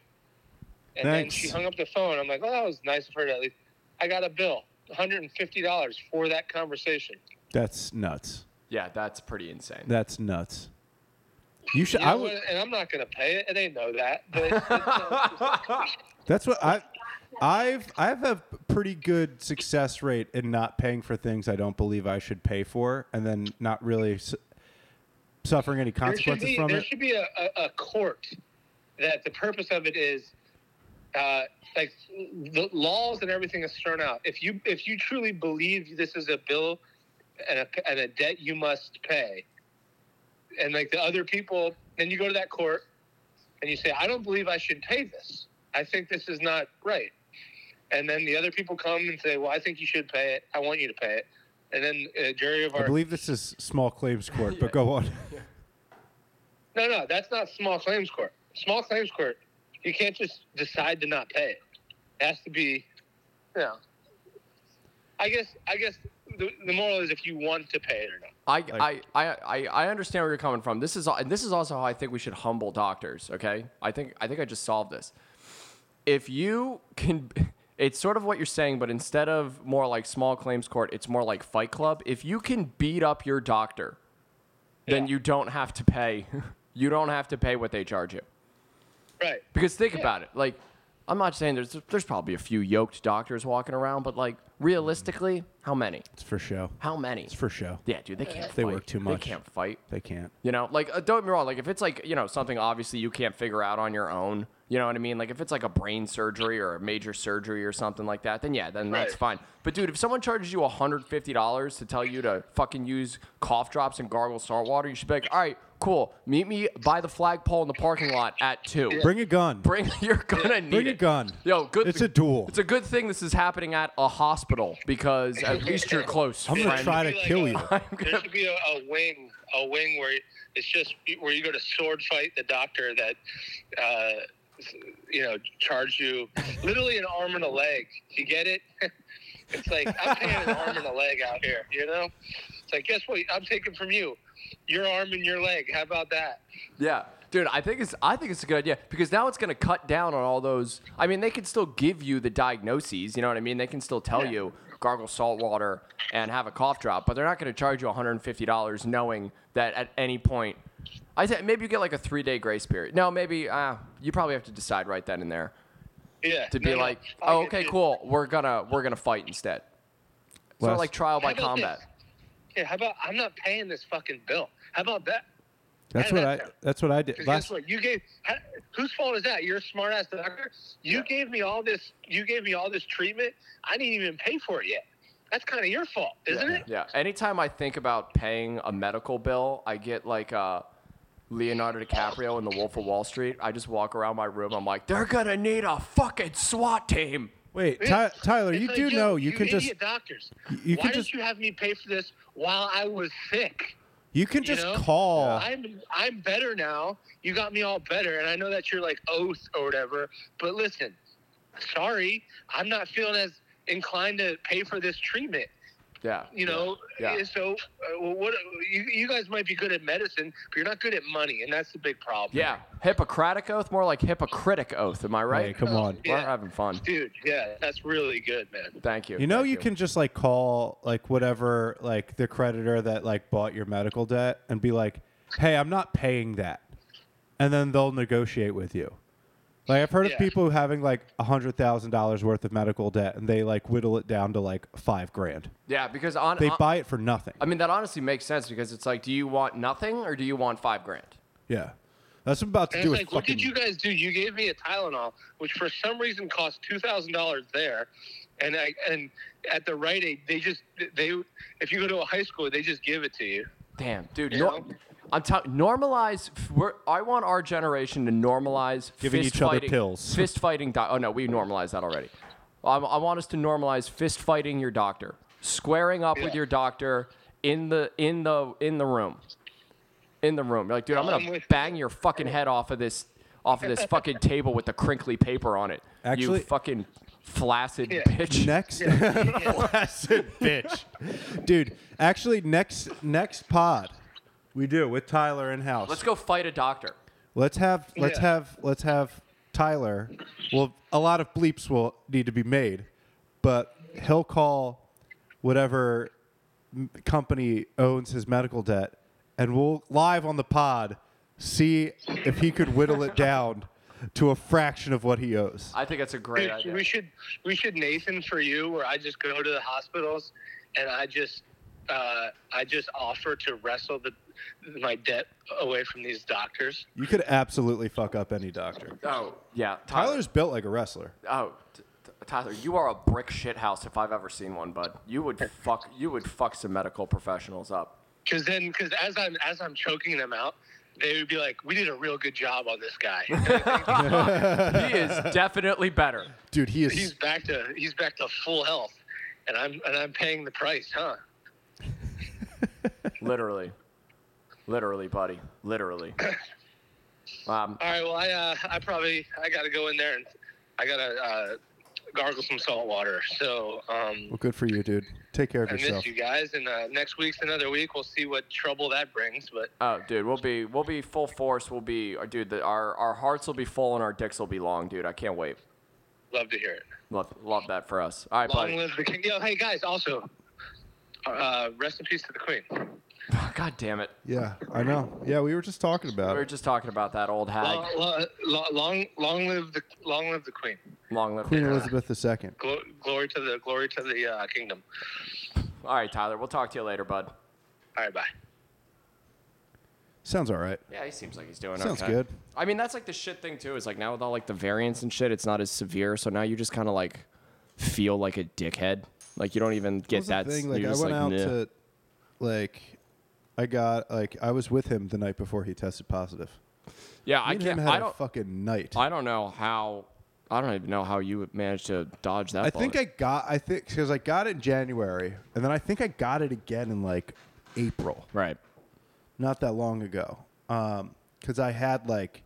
And then Thanks. she hung up the phone. I'm like, well, that was nice of her to at least. I got a bill, $150 for that conversation. That's nuts. Yeah, that's pretty insane. That's nuts. You should You know I would what? and I'm not going to pay it. And they know that. But it's, it's, uh, that's what I I've I've a pretty good success rate in not paying for things I don't believe I should pay for and then not really su- suffering any there should consequences be, from there it. should be a, a, a court that the purpose of it is uh, like the laws and everything is thrown out. If you if you truly believe this is a bill and a, and a debt you must pay, and like the other people, then you go to that court and you say, I don't believe I should pay this. I think this is not right. And then the other people come and say, Well, I think you should pay it. I want you to pay it. And then a jury of I our believe this is small claims court, but go on. No, no, that's not small claims court. Small claims court, you can't just decide to not pay it. It has to be, you know. I guess, I guess the, the moral is if you want to pay it or not. I, I, I, I, I understand where you're coming from. This is and this is also how I think we should humble doctors. Okay, I think I think I just solved this. if you can it's sort of what you're saying but instead of more like small claims court it's more like fight club if you can beat up your doctor then Yeah. you don't have to pay you don't have to pay what they charge you Right. because think about it like i'm not saying there's there's probably a few yoked doctors walking around but like realistically how many It's for show. how many It's for show. yeah dude they can't They fight. work too much. they can't fight They can't. you know, like uh, don't get me wrong. Like if it's like you know something obviously you can't figure out on your own. You know what I mean? Like if it's like a brain surgery or a major surgery or something like that, then yeah, then that's Right. fine. But dude, if someone charges you hundred fifty dollars to tell you to fucking use cough drops and gargle salt water, you should be like, all right, cool. Meet me by the flagpole in the parking lot at two. Bring, Bring a gun. bring you're gonna need Bring a it. gun. Yo, good. It's a duel. It's a good thing this is happening at a hospital because at least you're close. I'm gonna friend. try to Be like uh, kill a- you. There should be a, a wing, a wing where it's just where you go to sword fight the doctor that, uh, you know, charge you literally an arm and a leg. You get it? it's like I'm paying an arm and a leg out here. You know, it's like guess what? I'm taking from you, your arm and your leg. How about that? Yeah, dude, I think it's I think it's a good idea because now it's going to cut down on all those. I mean, they can still give you the diagnoses. You know what I mean? They can still tell you gargle salt water and have a cough drop, but they're not going to charge you one hundred and fifty dollars, knowing that at any point. I said maybe you get like a three day grace period. No, maybe uh, you probably have to decide right then and there Yeah. to be no, no, like, I oh, get okay, you. cool, we're gonna we're gonna fight instead. It's not Wes. like trial by How about this? combat. Yeah. How about I'm not paying this fucking bill? How about that? That's Yeah, what I. that's- That's what I did. Because Last, guess what? You gave ha- whose fault is that? You're a smart ass doctor. You gave me all this. You gave me all this treatment. I didn't even pay for it yet. That's kind of your fault, isn't it? Yeah. Anytime I think about paying a medical bill, I get like uh, Leonardo DiCaprio in The Wolf of Wall Street. I just walk around my room. I'm like, they're gonna need a fucking SWAT team. wait, Yeah. Ty, Tyler, It's you like, do yo, know you can idiot just doctors. you Why can did just- you have me pay for this while I was sick? you can just know? call. I'm I'm better now. You got me all better, and I know that you're like oath or whatever. But listen, sorry, I'm not feeling as inclined to pay for this treatment. Yeah. you know Yeah. Yeah. so uh, what you, you guys might be good at medicine but you're not good at money and that's the big problem Yeah. Hippocratic oath, more like hypocritic oath. Am I right? Hey, come on. We're Yeah. having fun. dude yeah that's really good man Thank you. You know Thank you can just like call like whatever like the creditor that like bought your medical debt and be like, "Hey, I'm not paying that." And then they'll negotiate with you. Like I've heard Yeah. of people having like $100,000 worth of medical debt and they like whittle it down to like 5 grand. Yeah, because on. They Uh, on- buy it for nothing. I mean, that honestly makes sense because it's like, do you want nothing or do you want five grand? yeah. That's what I'm about to and do it's with like what did fucking- you guys do you gave me a tylenol which for some reason cost $2000 there and i and at the right aid they just they if you go to a high school they just give it to you Damn, dude. You nor- know? I'm telling normalize. f- We're, I want our generation to normalize Giving fist each other fighting- pills. Fist fighting. doc- oh no, we normalized that already. I, I want us to normalize fist fighting your doctor, squaring up with Yeah. your doctor in the in the in the room, in the room. You're like, dude, I'm I'm gonna with- bang your fucking head off of this off of this fucking table with the crinkly paper on it. Actually- you fucking flaccid Yeah. bitch. Next, Blessed bitch, dude. Actually, next next pod, we do with Tyler in house. Let's go fight a doctor. Let's have let's Yeah. have let's have Tyler. Well, a lot of bleeps will need to be made, but he'll call whatever m- company owns his medical debt, and we'll live on the pod see if he could whittle it down to a fraction of what he owes. I think that's a great Dude, idea. we should we should Nathan for you where I just go to the hospitals and I just uh, I just offer to wrestle the my debt away from these doctors. You could absolutely fuck up any doctor. oh yeah, Tyler. Tyler's built like a wrestler. Oh, t- t- Tyler, you are a brick shit house if I've ever seen one, bud. You would fuck you would fuck some medical professionals up. Cause then because as I'm as I'm choking them out, they would be like, We did a real good job on this guy. And He is definitely better. Dude, he is he's back to he's back to full health and I'm and I'm paying the price, huh? Literally. Literally, buddy. Literally. Um, All right, well I uh, I probably I gotta go in there and I gotta uh, gargle some salt water. So um well, good for you, dude. Take care of I yourself. miss you guys, and uh, next week's another week. We'll see what trouble that brings. But oh, dude, we'll be we'll be full force. We'll be, uh, dude. The, our our hearts will be full and our dicks will be long, dude. I can't wait. Love to hear it. Love, love that for us. All right, Long buddy. live the king. Yo, hey guys, also, uh, rest in peace to the queen. God damn it. Yeah, I know. Yeah, we were just talking We about were it. just talking about that old Long, hag. lo- lo- long, long live the, long live the queen. Long live Queen the- Elizabeth II. Glo- glory to the, glory to the uh, kingdom. All right, Tyler. We'll talk to you later, bud. All right, bye. Sounds all right. Yeah, he seems like he's doing Sounds okay. good. I mean, that's like the shit thing too. Is like now with all like the variants and shit, it's not as severe. So now you just kind of like feel like a dickhead. Like you don't even get That's that. the thing. you're Like I went just like, out "Nah." to, like, I got like I was with him the night before he tested positive. Yeah, I Me and him can't. had I a don't. fucking night. I don't know how. I don't even know how you managed to dodge that. I think I bullet. got I think because I got it in January and then I think I got it again in like April, Right. not that long ago. Um, because I had like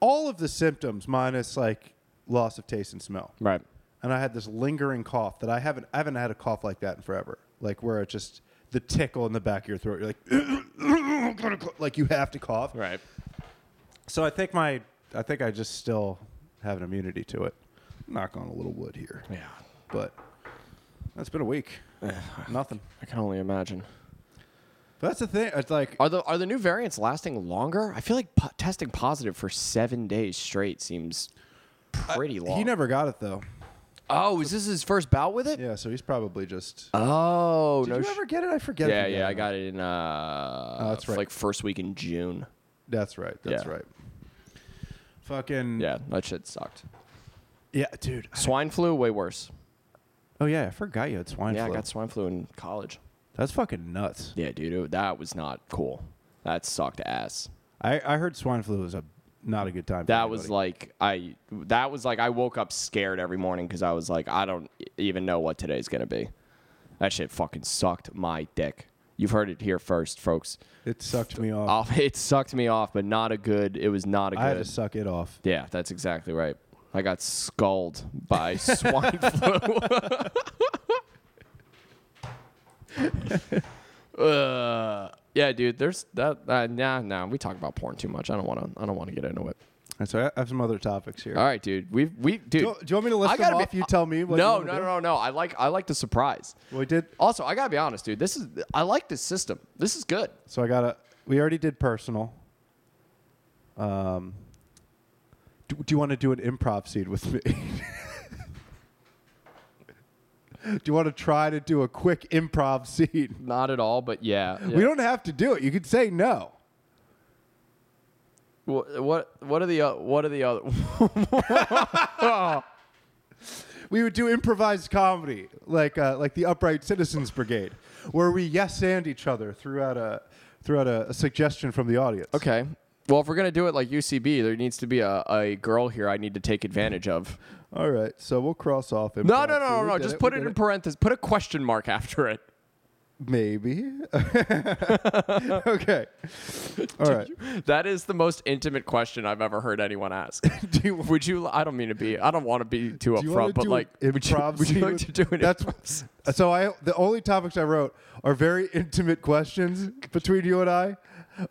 all of the symptoms minus like loss of taste and smell, Right. and I had this lingering cough that I haven't I haven't had a cough like that in forever. Like where it just the tickle in the back of your throat. You're like, I'm gonna cough," like you have to cough. Right. So I think my I think I just still have an immunity to it. Knock on a little wood here. Yeah. But that's been a week. Nothing. I can only imagine. But that's the thing. It's like Are the are the new variants lasting longer? I feel like po- testing positive for seven days straight seems pretty long. he never got it though. oh, is this his first bout with it? Yeah, so he's probably just. Oh, Did no. you sh- ever get it? I forget. yeah, if you yeah, I or got not. it in uh, Oh, that's right. like first week in June. That's right. That's Yeah. right. Fucking Yeah, that shit sucked. yeah, dude. Swine flu, way worse. Oh yeah, I forgot you had swine yeah, flu. I got swine flu in college. that's fucking nuts. Yeah, dude, it- that was not cool. That sucked ass. I, I heard swine flu was a not a good time. for That was anybody. like I. That was like I woke up scared every morning because I was like, I don't e, even know what today's gonna be. That shit fucking sucked my dick. You've heard it here first, folks. it sucked me off. Off, it sucked me off, but not a good. It was not a I had to good. suck it off. Yeah, that's exactly right. I got sculled by swine flu. uh, yeah, dude. There's that. Uh, nah, nah. We talk about porn too much. I don't want to. I don't want to get into it. And so I have some other topics here. All right, dude. We we dude. Do, do you want me to list I them gotta off? be- you tell me. What you no, wanna no, no, do? no, no. I like I like the surprise. Well, we did. Also, I gotta be honest, dude. This is I like this system. This is good. So I gotta. We already did personal. Um. Do, do you want to do an improv scene with me? do you want to try to do a quick improv scene? Not at all, but yeah. We don't have to do it. You could say no. What what, what are the uh, what are the other? We would do improvised comedy, like uh, like the Upright Citizens Brigade, where we yes and each other throughout a throughout a, a suggestion from the audience. okay. Well, if we're gonna do it like UCB, there needs to be a, a girl here I need to take advantage of. All right. So we'll cross off. Improv No, no, no, scene. no, We no. did Just we put it did in parentheses. Put a question mark after it. Maybe. okay. All right. That is the most intimate question I've ever heard anyone ask. Do you, do Would you? I don't mean to be. I don't want to be too you wanna upfront, but do like, an would you, improv would you scene like to with- do an That's improv scene? so. I the only topics I wrote are very intimate questions between you and I,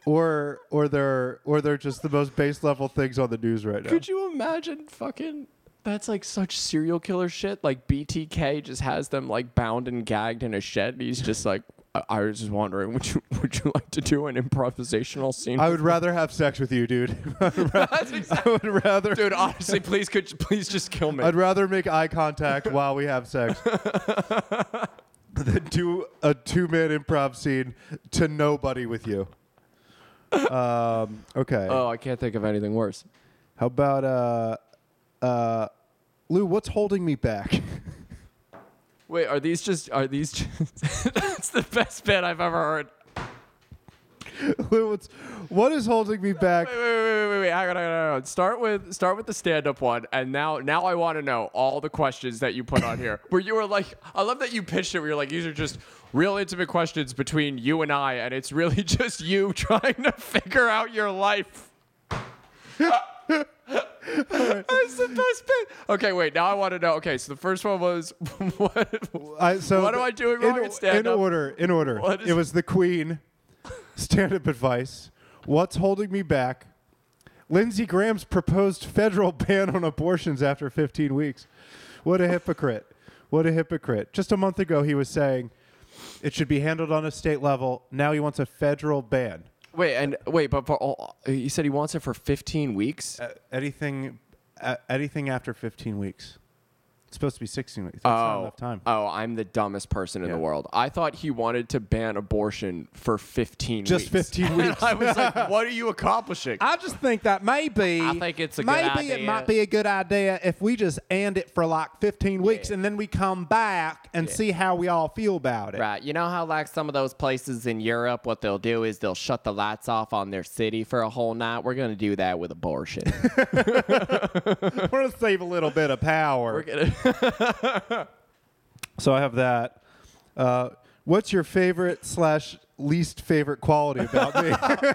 or or they're or they're just the most base level things on the news right now. Could you imagine fucking that's like such serial killer shit. Like BTK just has them like bound and gagged in a shed. And he's just like, I, I was just wondering, would you would you like to do an improvisational scene? I would rather have sex with you, dude. I would ra- That's I would rather. Dude, honestly, please could you- please just kill me. I'd rather make eye contact while we have sex than do a two man improv scene to nobody with you. Um, okay. oh, I can't think of anything worse. How about uh, uh, Lou? What's holding me back? Wait, are these just are these just That's the best bit I've ever heard. Lou, what's what is holding me back? Wait, wait, wait, wait, wait. Hang on, hang on, hang on. Start with start with the stand up one, and now now I want to know all the questions that you put on here. Where you were like, I love that you pitched it. Where you're like, these are just real intimate questions between you and I, and it's really just you trying to figure out your life. That's the best bit. Okay, wait. Now I want to know. Okay, so the first one was what? I, so What am I doing wrong in, at stand-up? In order, in order. What is- it was the Queen stand up advice. What's holding me back? Lindsey Graham's proposed federal ban on abortions after 15 weeks. What a hypocrite. What a hypocrite. Just a month ago, he was saying it should be handled on a state level. Now he wants a federal ban. Wait, and wait, but for all, he said he wants it for 15 weeks. Uh, anything, uh, anything after 15 weeks. It's supposed to be 16 weeks. That's not Oh, enough time. oh, I'm the dumbest person in the Yeah. world. I thought he wanted to ban abortion for 15 Just weeks. 15 And I was like, what are you accomplishing? I just think that maybe I think it's a good maybe it idea. might be a good idea if we just end it for like 15 weeks Yeah. and then we come back and see how we all feel about it. Right. You know how, like, some of those places in Europe, what they'll do is they'll shut the lights off on their city for a whole night? We're going to do that with abortion. We're gonna save a little bit of power. We're gonna- so I have that. Uh, what's your favorite slash least favorite quality about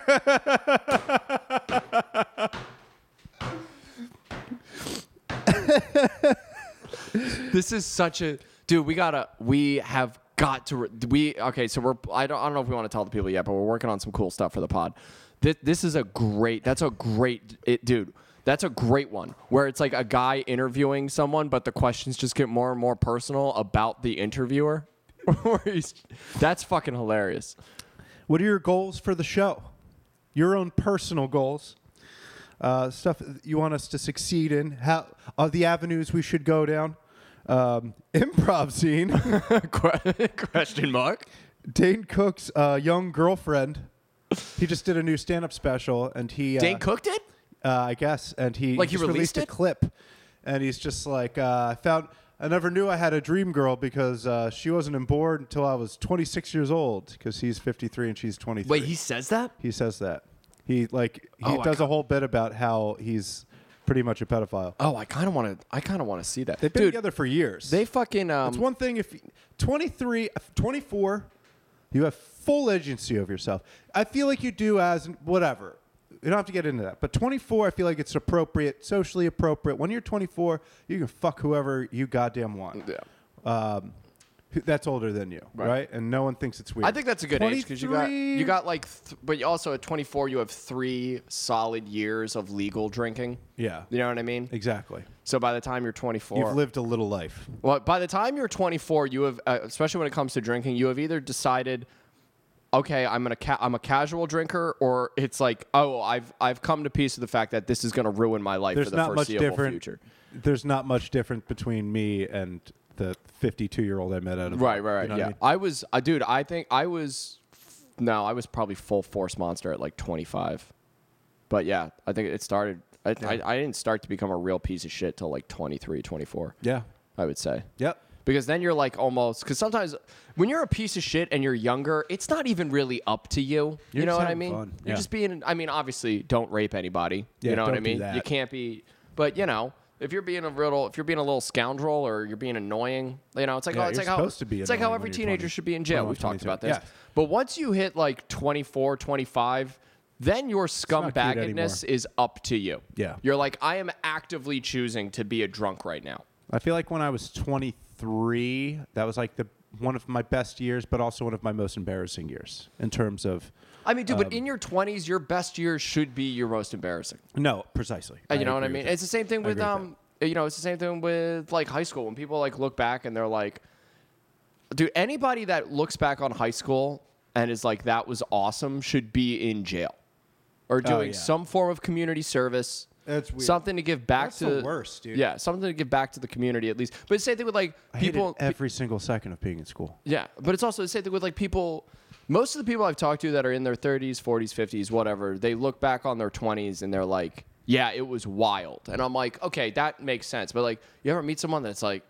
me? this is such a. Dude, we got to. We have got to. Re- we. Okay, so we're. I don't, I don't know if we want to tell the people yet, but we're working on some cool stuff for the pod. This, this is a great. That's a great. It, dude. That's a great one where it's like a guy interviewing someone, but the questions just get more and more personal about the interviewer. Where he's- that's fucking hilarious. what are your goals for the show? Your own personal goals, uh, stuff you want us to succeed in. How are the avenues we should go down? Um, improv scene. Que- Question mark. Dane Cook's uh, young girlfriend. He just did a new stand-up special, and he uh, Dane Cook did? uh, I guess, and he Like, he just released a it? clip, and he's just like, uh, I found, I never knew I had a dream girl because uh, she wasn't on board until I was 26 years old because he's 53 and she's 23. Wait, he says that? he says that he like he Oh, I does a whole bit about how he's pretty much a pedophile. Oh, I kind of want to. I kind of want to see that. They've been Dude, together for years. they fucking. Um, It's one thing if you- 23, 24, you have full agency over yourself. I feel like you do as whatever. You don't have to get into that. But 24, I feel like it's appropriate, socially appropriate. When you're 24, you can fuck whoever you goddamn want. Yeah. Um, who- that's older than you, right. Right. And no one thinks it's weird. I think that's a good age because you got 23 you got like, th- but you also at 24 you have three solid years of legal drinking. Yeah. You know what I mean? Exactly. So by the time you're 24, You've lived a little life. Well, by the time you're 24, you have, uh, especially when it comes to drinking, you have either decided, okay, I'm gonna, ca- I'm a casual drinker, or it's like, oh, I've, I've come to peace with the fact that this is gonna ruin my life There's for the not much foreseeable different. future. There's not much different between me and the 52 year old I met out of Right, right, right. yeah, I, I, was, uh, dude. I think I was, no, I was probably full force monster at like 25, but yeah, I think it started. I, I, I didn't start to become a real piece of shit till like 23, 24. yeah. I would say. Yep. because then you're like almost because sometimes when you're a piece of shit and you're younger, it's not even really up to you. you You're know just what I having mean? fun. You're Yeah. just being. I mean, obviously, don't rape anybody. Yeah, you know what I don't do mean? that. You can't be. But you know, if you're being a little, if you're being a little scoundrel or you're being annoying, you know, it's like Yeah, oh, it's you're like how supposed to be it's like annoying how when every you're teenager 20, should be in jail. 21, We've talked 22. about this. Yeah. But once you hit like 24, 25, then your not cute anymore. scumbaggedness is up to you. Yeah. You're like, I am actively choosing to be a drunk right now. I feel like when I was 23, that was like the one of my best years, but also one of my most embarrassing years in terms of. I mean, dude, Um, but in your 20s, your best years should be your most embarrassing. No, precisely. Uh, you know what I agree mean? with It's the same thing with, agree with um, you know, it's the same thing with like high school when people like look back and they're like, dude, anybody that looks back on high school and is like, that was awesome should be in jail or doing Oh, yeah. some form of community service. That's weird. Something to give back That's to the worst, dude. Yeah, something to give back to the community at least. But it's the same thing with like that. I hated people. every single second of being in school. Yeah, but it's also the same thing with like people. Most of the people I've talked to that are in their 30s, 40s, 50s, whatever, they look back on their 20s and they're like, "Yeah, it was wild." And I'm like, "Okay, that makes sense." But like, you ever meet someone that's like,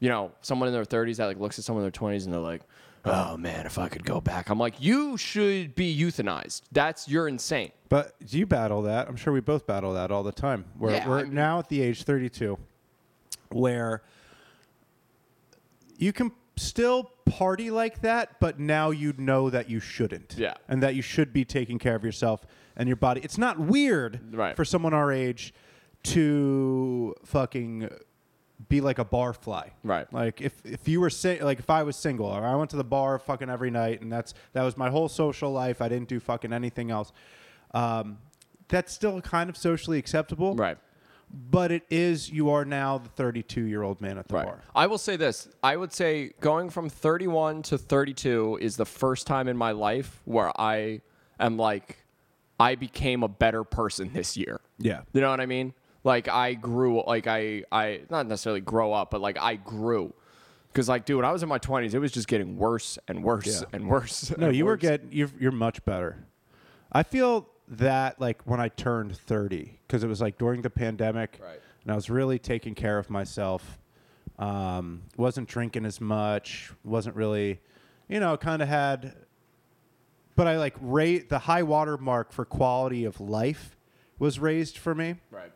you know, someone in their 30s that like looks at someone in their 20s and they're like, "Oh man, if I could go back," I'm like, "You should be euthanized. That's you're insane." But you battle that. I'm sure we both battle that all the time. We're, Yeah, we're I mean- now at the age 32 where you can still party like that, but now you know that you shouldn't. Yeah. And that you should be taking care of yourself and your body. It's not weird Right. for someone our age to fucking be like a bar fly. Right. Like if if you were si- like if I was single or I went to the bar fucking every night and that's that was my whole social life. I didn't do fucking anything else. Um, that's still kind of socially acceptable. Right. But it is you are now the 32 year old man at the Right. bar. I will say this. I would say going from 31 to 32 is the first time in my life where I am like, I became a better person this year. Yeah. You know what I mean? Like I grew, like I, I not necessarily grow up, but like I grew. Because like, dude, when I was in my 20s, it was just getting worse and worse Yeah. and worse. No, and you were worse. getting you're you're much better. I feel that like when I turned 30 because it was like during the pandemic Right. and I was really taking care of myself. Um, wasn't drinking as much, wasn't really, you know, kind of had but I like rate the high water mark for quality of life was raised for me. right.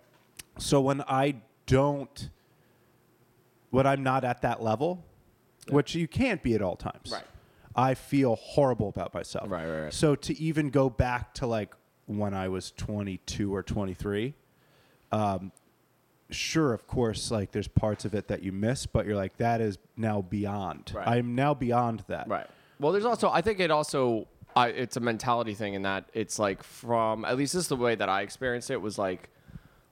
So when I don't, when I'm not at that level, which you can't be at all times, Right. I feel horrible about myself. Right, right, right. So to even go back to like when I was 22 or 23, um, sure, of course, like there's parts of it that you miss, but you're like, that is now beyond. Right. I'm now beyond that. Right. Well, there's also I think it also I, it's a mentality thing in that it's like from at least this is the way that I experienced it was like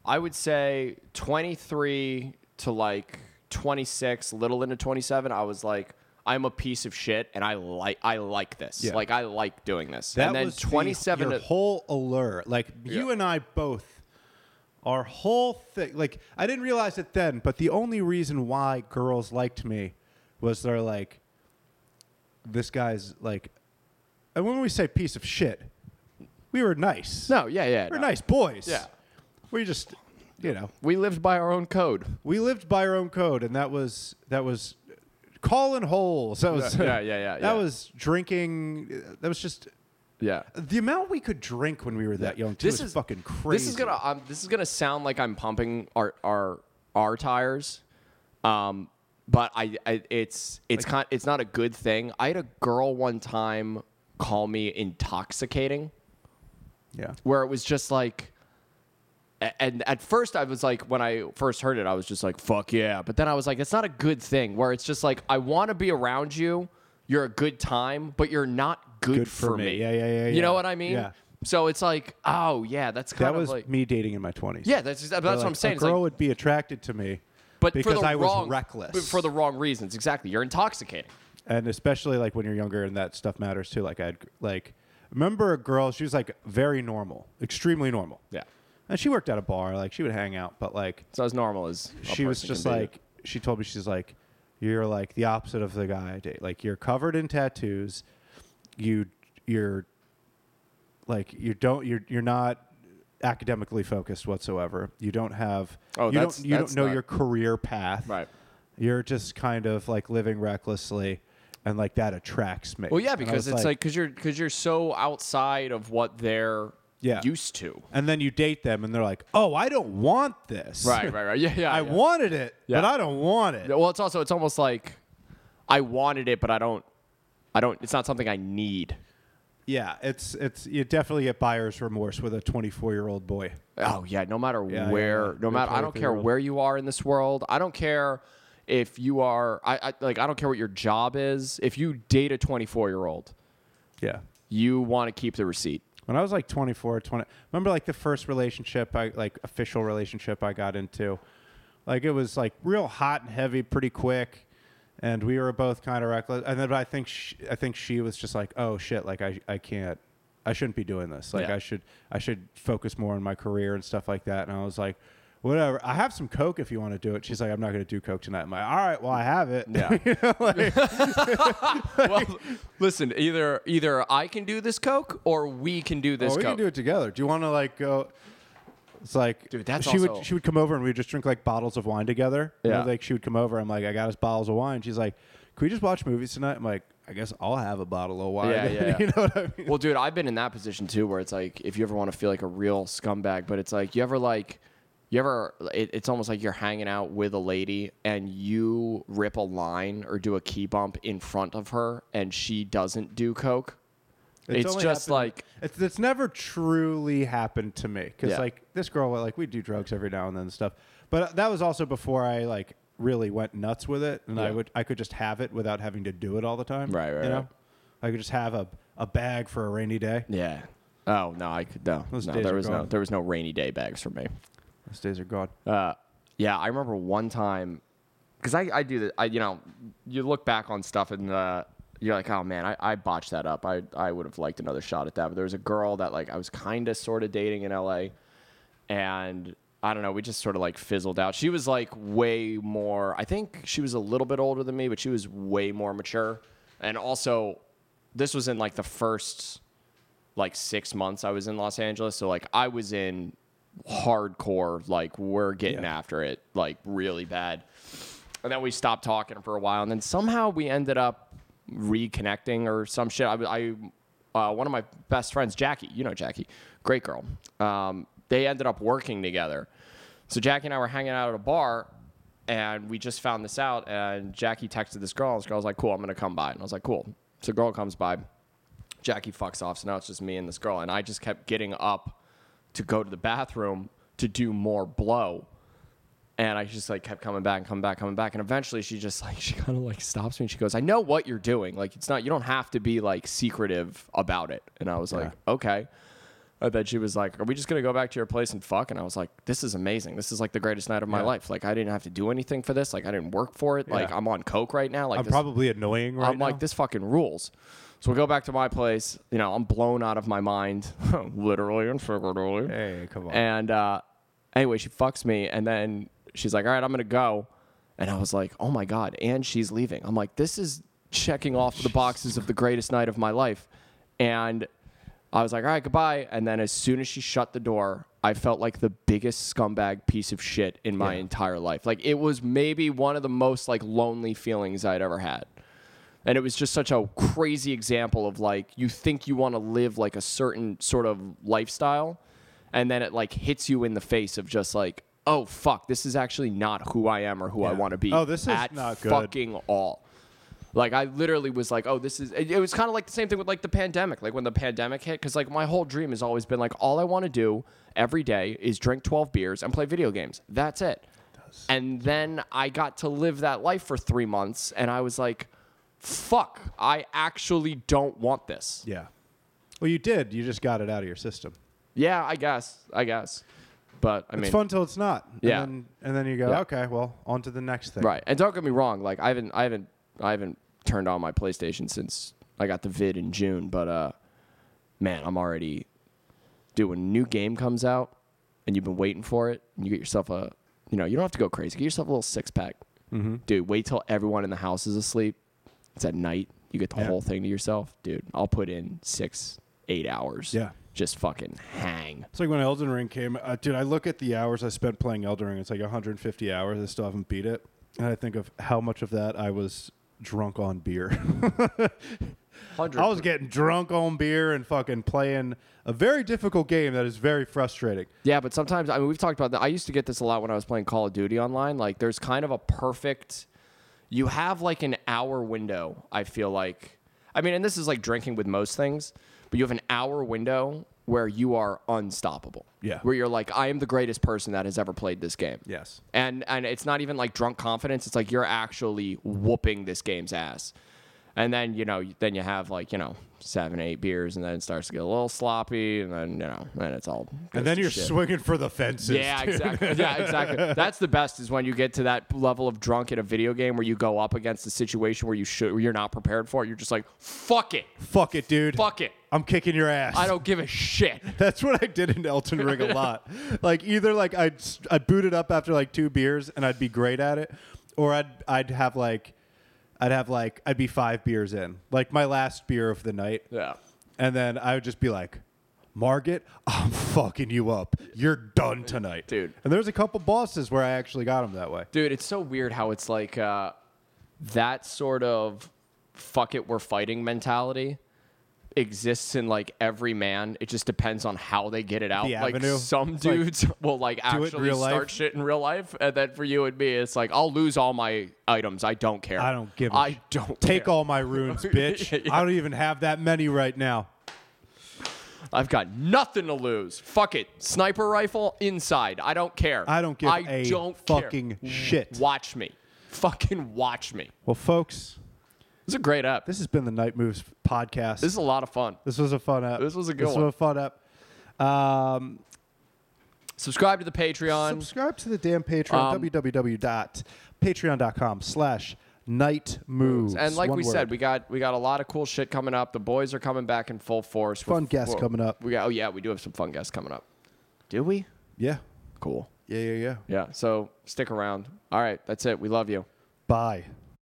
I would say 23 to like 26, little into 27, I was like I'm a piece of shit and I like I like this. Yeah. Like I like doing this. That and then was the- 27 your to, whole allure. Like you Yeah. and I both, our whole thing. Like I didn't realize it then, but the only reason why girls liked me was they're like, this guy's like, and when we say piece of shit, we were nice. No, yeah, yeah. we were no. nice boys. Yeah. we just, you know, We lived by our own code. we lived by our own code, and that was that was calling holes. That was Yeah, yeah, yeah, yeah, that yeah. was drinking. That was just Yeah. the amount we could drink when we were that young, too, This is, is- fucking crazy. This is gonna um, this is gonna sound like I'm pumping our our our tires, um, but I, I it's it's con- it's not a good thing. I had a girl one time call me intoxicating, yeah. where it was just like. a- And at first, I was like, when I first heard it, I was just like, fuck yeah. But then I was like, it's not a good thing where it's just like, I want to be around you. You're a good time, but you're not good, Good for me. Yeah, yeah, yeah, You yeah. know what I mean? Yeah. So it's like, oh, yeah, that's kind That of was like. me dating in my twenties. Yeah, that's that's what I'm saying. A It's girl like- would be attracted to me, but because for the I wrong, was reckless, but for the wrong reasons. Exactly, you're intoxicating. and especially like when you're younger and that stuff matters too. Like I'd like remember a girl. She was like very normal, extremely normal. Yeah. and she worked at a bar. Like she would hang out, but like So as normal as a she was person can just be. like she told me she's like you're like the opposite of the guy I date. Like you're covered in tattoos. You you're like you don't you're you're not academically focused whatsoever. You don't have Oh, you that's- don't you that's don't know not- your career path. Right. You're just kind of like living recklessly and like that attracts me. well, yeah, And I because was it's like because you're because you're so outside of what they're Yeah. used to. and then you date them and they're like, "Oh, I don't want this." Right, right, right. Yeah, yeah. I yeah. wanted it, Yeah. but I don't want it. Yeah, Well, it's also it's almost like I wanted it, but I don't. I don't. It's not something I need. Yeah, it's it's you definitely get buyer's remorse with a 24 year old boy. Oh yeah, no matter Yeah, where, yeah, yeah. no You're matter I don't 23 care year old. where you are in this world. I don't care if you are I, I like I don't care what your job is. If you date a 24-year-old, Yeah. you want to keep the receipt. When I was like 24, 20, remember like the first relationship I like official relationship I got into, like it was like real hot and heavy pretty quick, and we were both kind of reckless. And then but I think she, I think she was just like, oh shit, like I I can't, I shouldn't be doing this. Like Yeah. I should I should focus more on my career and stuff like that. And I was like. Whatever. I have some coke if you want to do it. She's like, I'm not going to do coke tonight. I'm like, all right, well, I have it. Yeah. well, listen, either either I can do this coke or we can do this Oh, we coke. can do it together. Do you want to like go? It's like Dude, that's she also- would she would come over and we'd just drink like bottles of wine together. You know, Yeah. like she would come over. I'm like, I got us bottles of wine. She's like, Can we just watch movies tonight? I'm like, I guess I'll have a bottle of wine. Yeah, yeah, you yeah. know what I mean? Well, dude, I've been in that position too, where it's like if you ever want to feel like a real scumbag, but it's like you ever like you ever it, it's almost like you're hanging out with a lady and you rip a line or do a key bump in front of her and she doesn't do coke. It's, only just happened- like it's, it's never truly happened to me because Yeah. like this girl, like we do drugs every now and then and stuff. But that was also before I like really went nuts with it, and I Yeah. would I could just have it without having to do it all the time. Right, right, You know, right. I could just have a a bag for a rainy day. yeah. Oh no, I could no. Those no days there are was no gone. there was no rainy day bags for me. Those days are gone. Uh, yeah, I remember one time because I, I do that. I you know you look back on stuff and uh, you're like, oh man, I, I botched that up. I I would have liked another shot at that. But there was a girl that like I was kind of sort of dating in L.A. and I don't know. We just sort of like fizzled out. She was like way more. I think she was a little bit older than me, but she was way more mature. And also, this was in like the first like six months I was in Los Angeles. So like I was in hardcore, like we're getting after it, like really bad. And then we stopped talking for a while, and then somehow we ended up reconnecting or some shit. I, I uh, one of my best friends, Jackie, you know Jackie, great girl. Um, they ended up working together. So Jackie and I were hanging out at a bar, and we just found this out. And Jackie texted this girl, and this girl was like, "Cool, I'm gonna come by." And I was like, "Cool." So girl comes by. Jackie fucks off. So now it's just me and this girl. And I just kept getting up to go to the bathroom to do more blow. And I just like kept coming back and coming back, coming back. And eventually she just like, she kind of like stops me and she goes, I know what you're doing. Like, it's not, you don't have to be like secretive about it. And I was like, okay. And then she was like, Are we just going to go back to your place and fuck? And I was like, This is amazing. This is like the greatest night of my life. Like, I didn't have to do anything for this. Like, I didn't work for it. Like, I'm on Coke right now. Like, I'm this- probably annoying right I'm like, now. this fucking rules. So we go back to my place. You know, I'm blown out of my mind, literally and figuratively. Hey, come on. And uh, anyway, she fucks me, and then she's like, "All right, I'm gonna go," and I was like, "Oh my god!" And she's leaving. I'm like, "This is checking off the boxes of the greatest night of my life," and I was like, "All right, goodbye." And then as soon as she shut the door, I felt like the biggest scumbag piece of shit in my entire life. Like it was maybe one of the most like lonely feelings I'd ever had. And it was just such a crazy example of like you think you want to live like a certain sort of lifestyle and then it like hits you in the face of just like, "Oh fuck, this is actually not who I am or who I Yeah. want to be." Oh, this is at not good. fucking all. Like I literally was like, "Oh, this is." It, it was kind of like the same thing with like the pandemic, like when the pandemic hit, because like my whole dream has always been like, all I want to do every day is drink twelve beers and play video games. That's it. And then I got to live that life for three months, and I was like, "Fuck, I actually don't want this." yeah. Well, you did. You just got it out of your system. Yeah, I guess, I guess, but I mean, it's fun till it's not. Yeah. And then, and then you go, Yeah. okay, well, on to the next thing. Right. And don't get me wrong, like I haven't I haven't I haven't turned on my PlayStation since I got the vid in June, but uh man, I'm already dude, when a new game comes out and you've been waiting for it and you get yourself a you know, you don't have to go crazy. Get yourself a little six pack. Mm-hmm. Dude, wait till everyone in the house is asleep. It's at night. You get the Yeah. whole thing to yourself. Dude, I'll put in six, eight hours. Yeah. Just fucking hang. It's like when Elden Ring came. Uh, dude, I look at the hours I spent playing Elden Ring. It's like 150 hours. I still haven't beat it. And I think of how much of that I was drunk on beer. I was getting drunk on beer and fucking playing a very difficult game that is very frustrating. Yeah, but sometimes I mean we've talked about that. I used to get this a lot when I was playing Call of Duty online. Like there's kind of a perfect you have like an hour window, I feel like. I mean, and this is like drinking with most things, but you have an hour window where you are unstoppable. Yeah. Where you're like, I am the greatest person that has ever played this game. Yes. And and it's not even like drunk confidence. It's like you're actually whooping this game's ass. And then you know, then you have like you know seven, eight beers, and then it starts to get a little sloppy, and then you know, then it's all. goes And then to you're shit. swinging for the fences. Yeah, dude. exactly. Yeah, exactly. That's the best is when you get to that level of drunk in a video game where you go up against a situation where you should where you're not prepared for it. You're just like, fuck it, Fuck it, dude. fuck it. I'm kicking your ass. I don't give a shit. That's what I did in Elton Ring a lot. Like either like I'd s- I'd boot it up after like two beers and I'd be great at it, or I'd I'd have like I'd have like I'd be five beers in, like my last beer of the night, Yeah. and then I would just be like, Margaret, I'm fucking you up. You're done tonight, Dude. And there's a couple bosses where I actually got them that way. Dude, it's so weird how it's like uh, that sort of fuck it, we're fighting mentality exists in like every man. It just depends on how they get it out. The like avenue. some It's like, dudes will like in actually real start life. shit in real life. And then for you and me, it's like I'll lose all my items. I don't care. I don't give. a I sh- don't take care. all my runes, bitch. Yeah, yeah. I don't even have that many right now. I've got nothing to lose. Fuck it. Sniper rifle inside. I don't care. I don't give I a don't care. fucking shit. Watch me. Fucking watch me. Well, folks, It's a great app. This, This has been the Night Moves podcast. is a lot of fun. This was a fun app. This was a good This one. was a fun app. Um, Subscribe to the Patreon. subscribe to the damn Patreon. Um, www.patreon.com slash Night Moves. and like One we said, word. we got we got a lot of cool shit coming up. The boys are coming back in full force. Fun We're- guests we're- coming up. We got oh yeah, we do have some fun guests coming up. Do we? yeah, Cool. yeah, yeah, yeah. Yeah. So stick around. All right, that's it. We love you. Bye.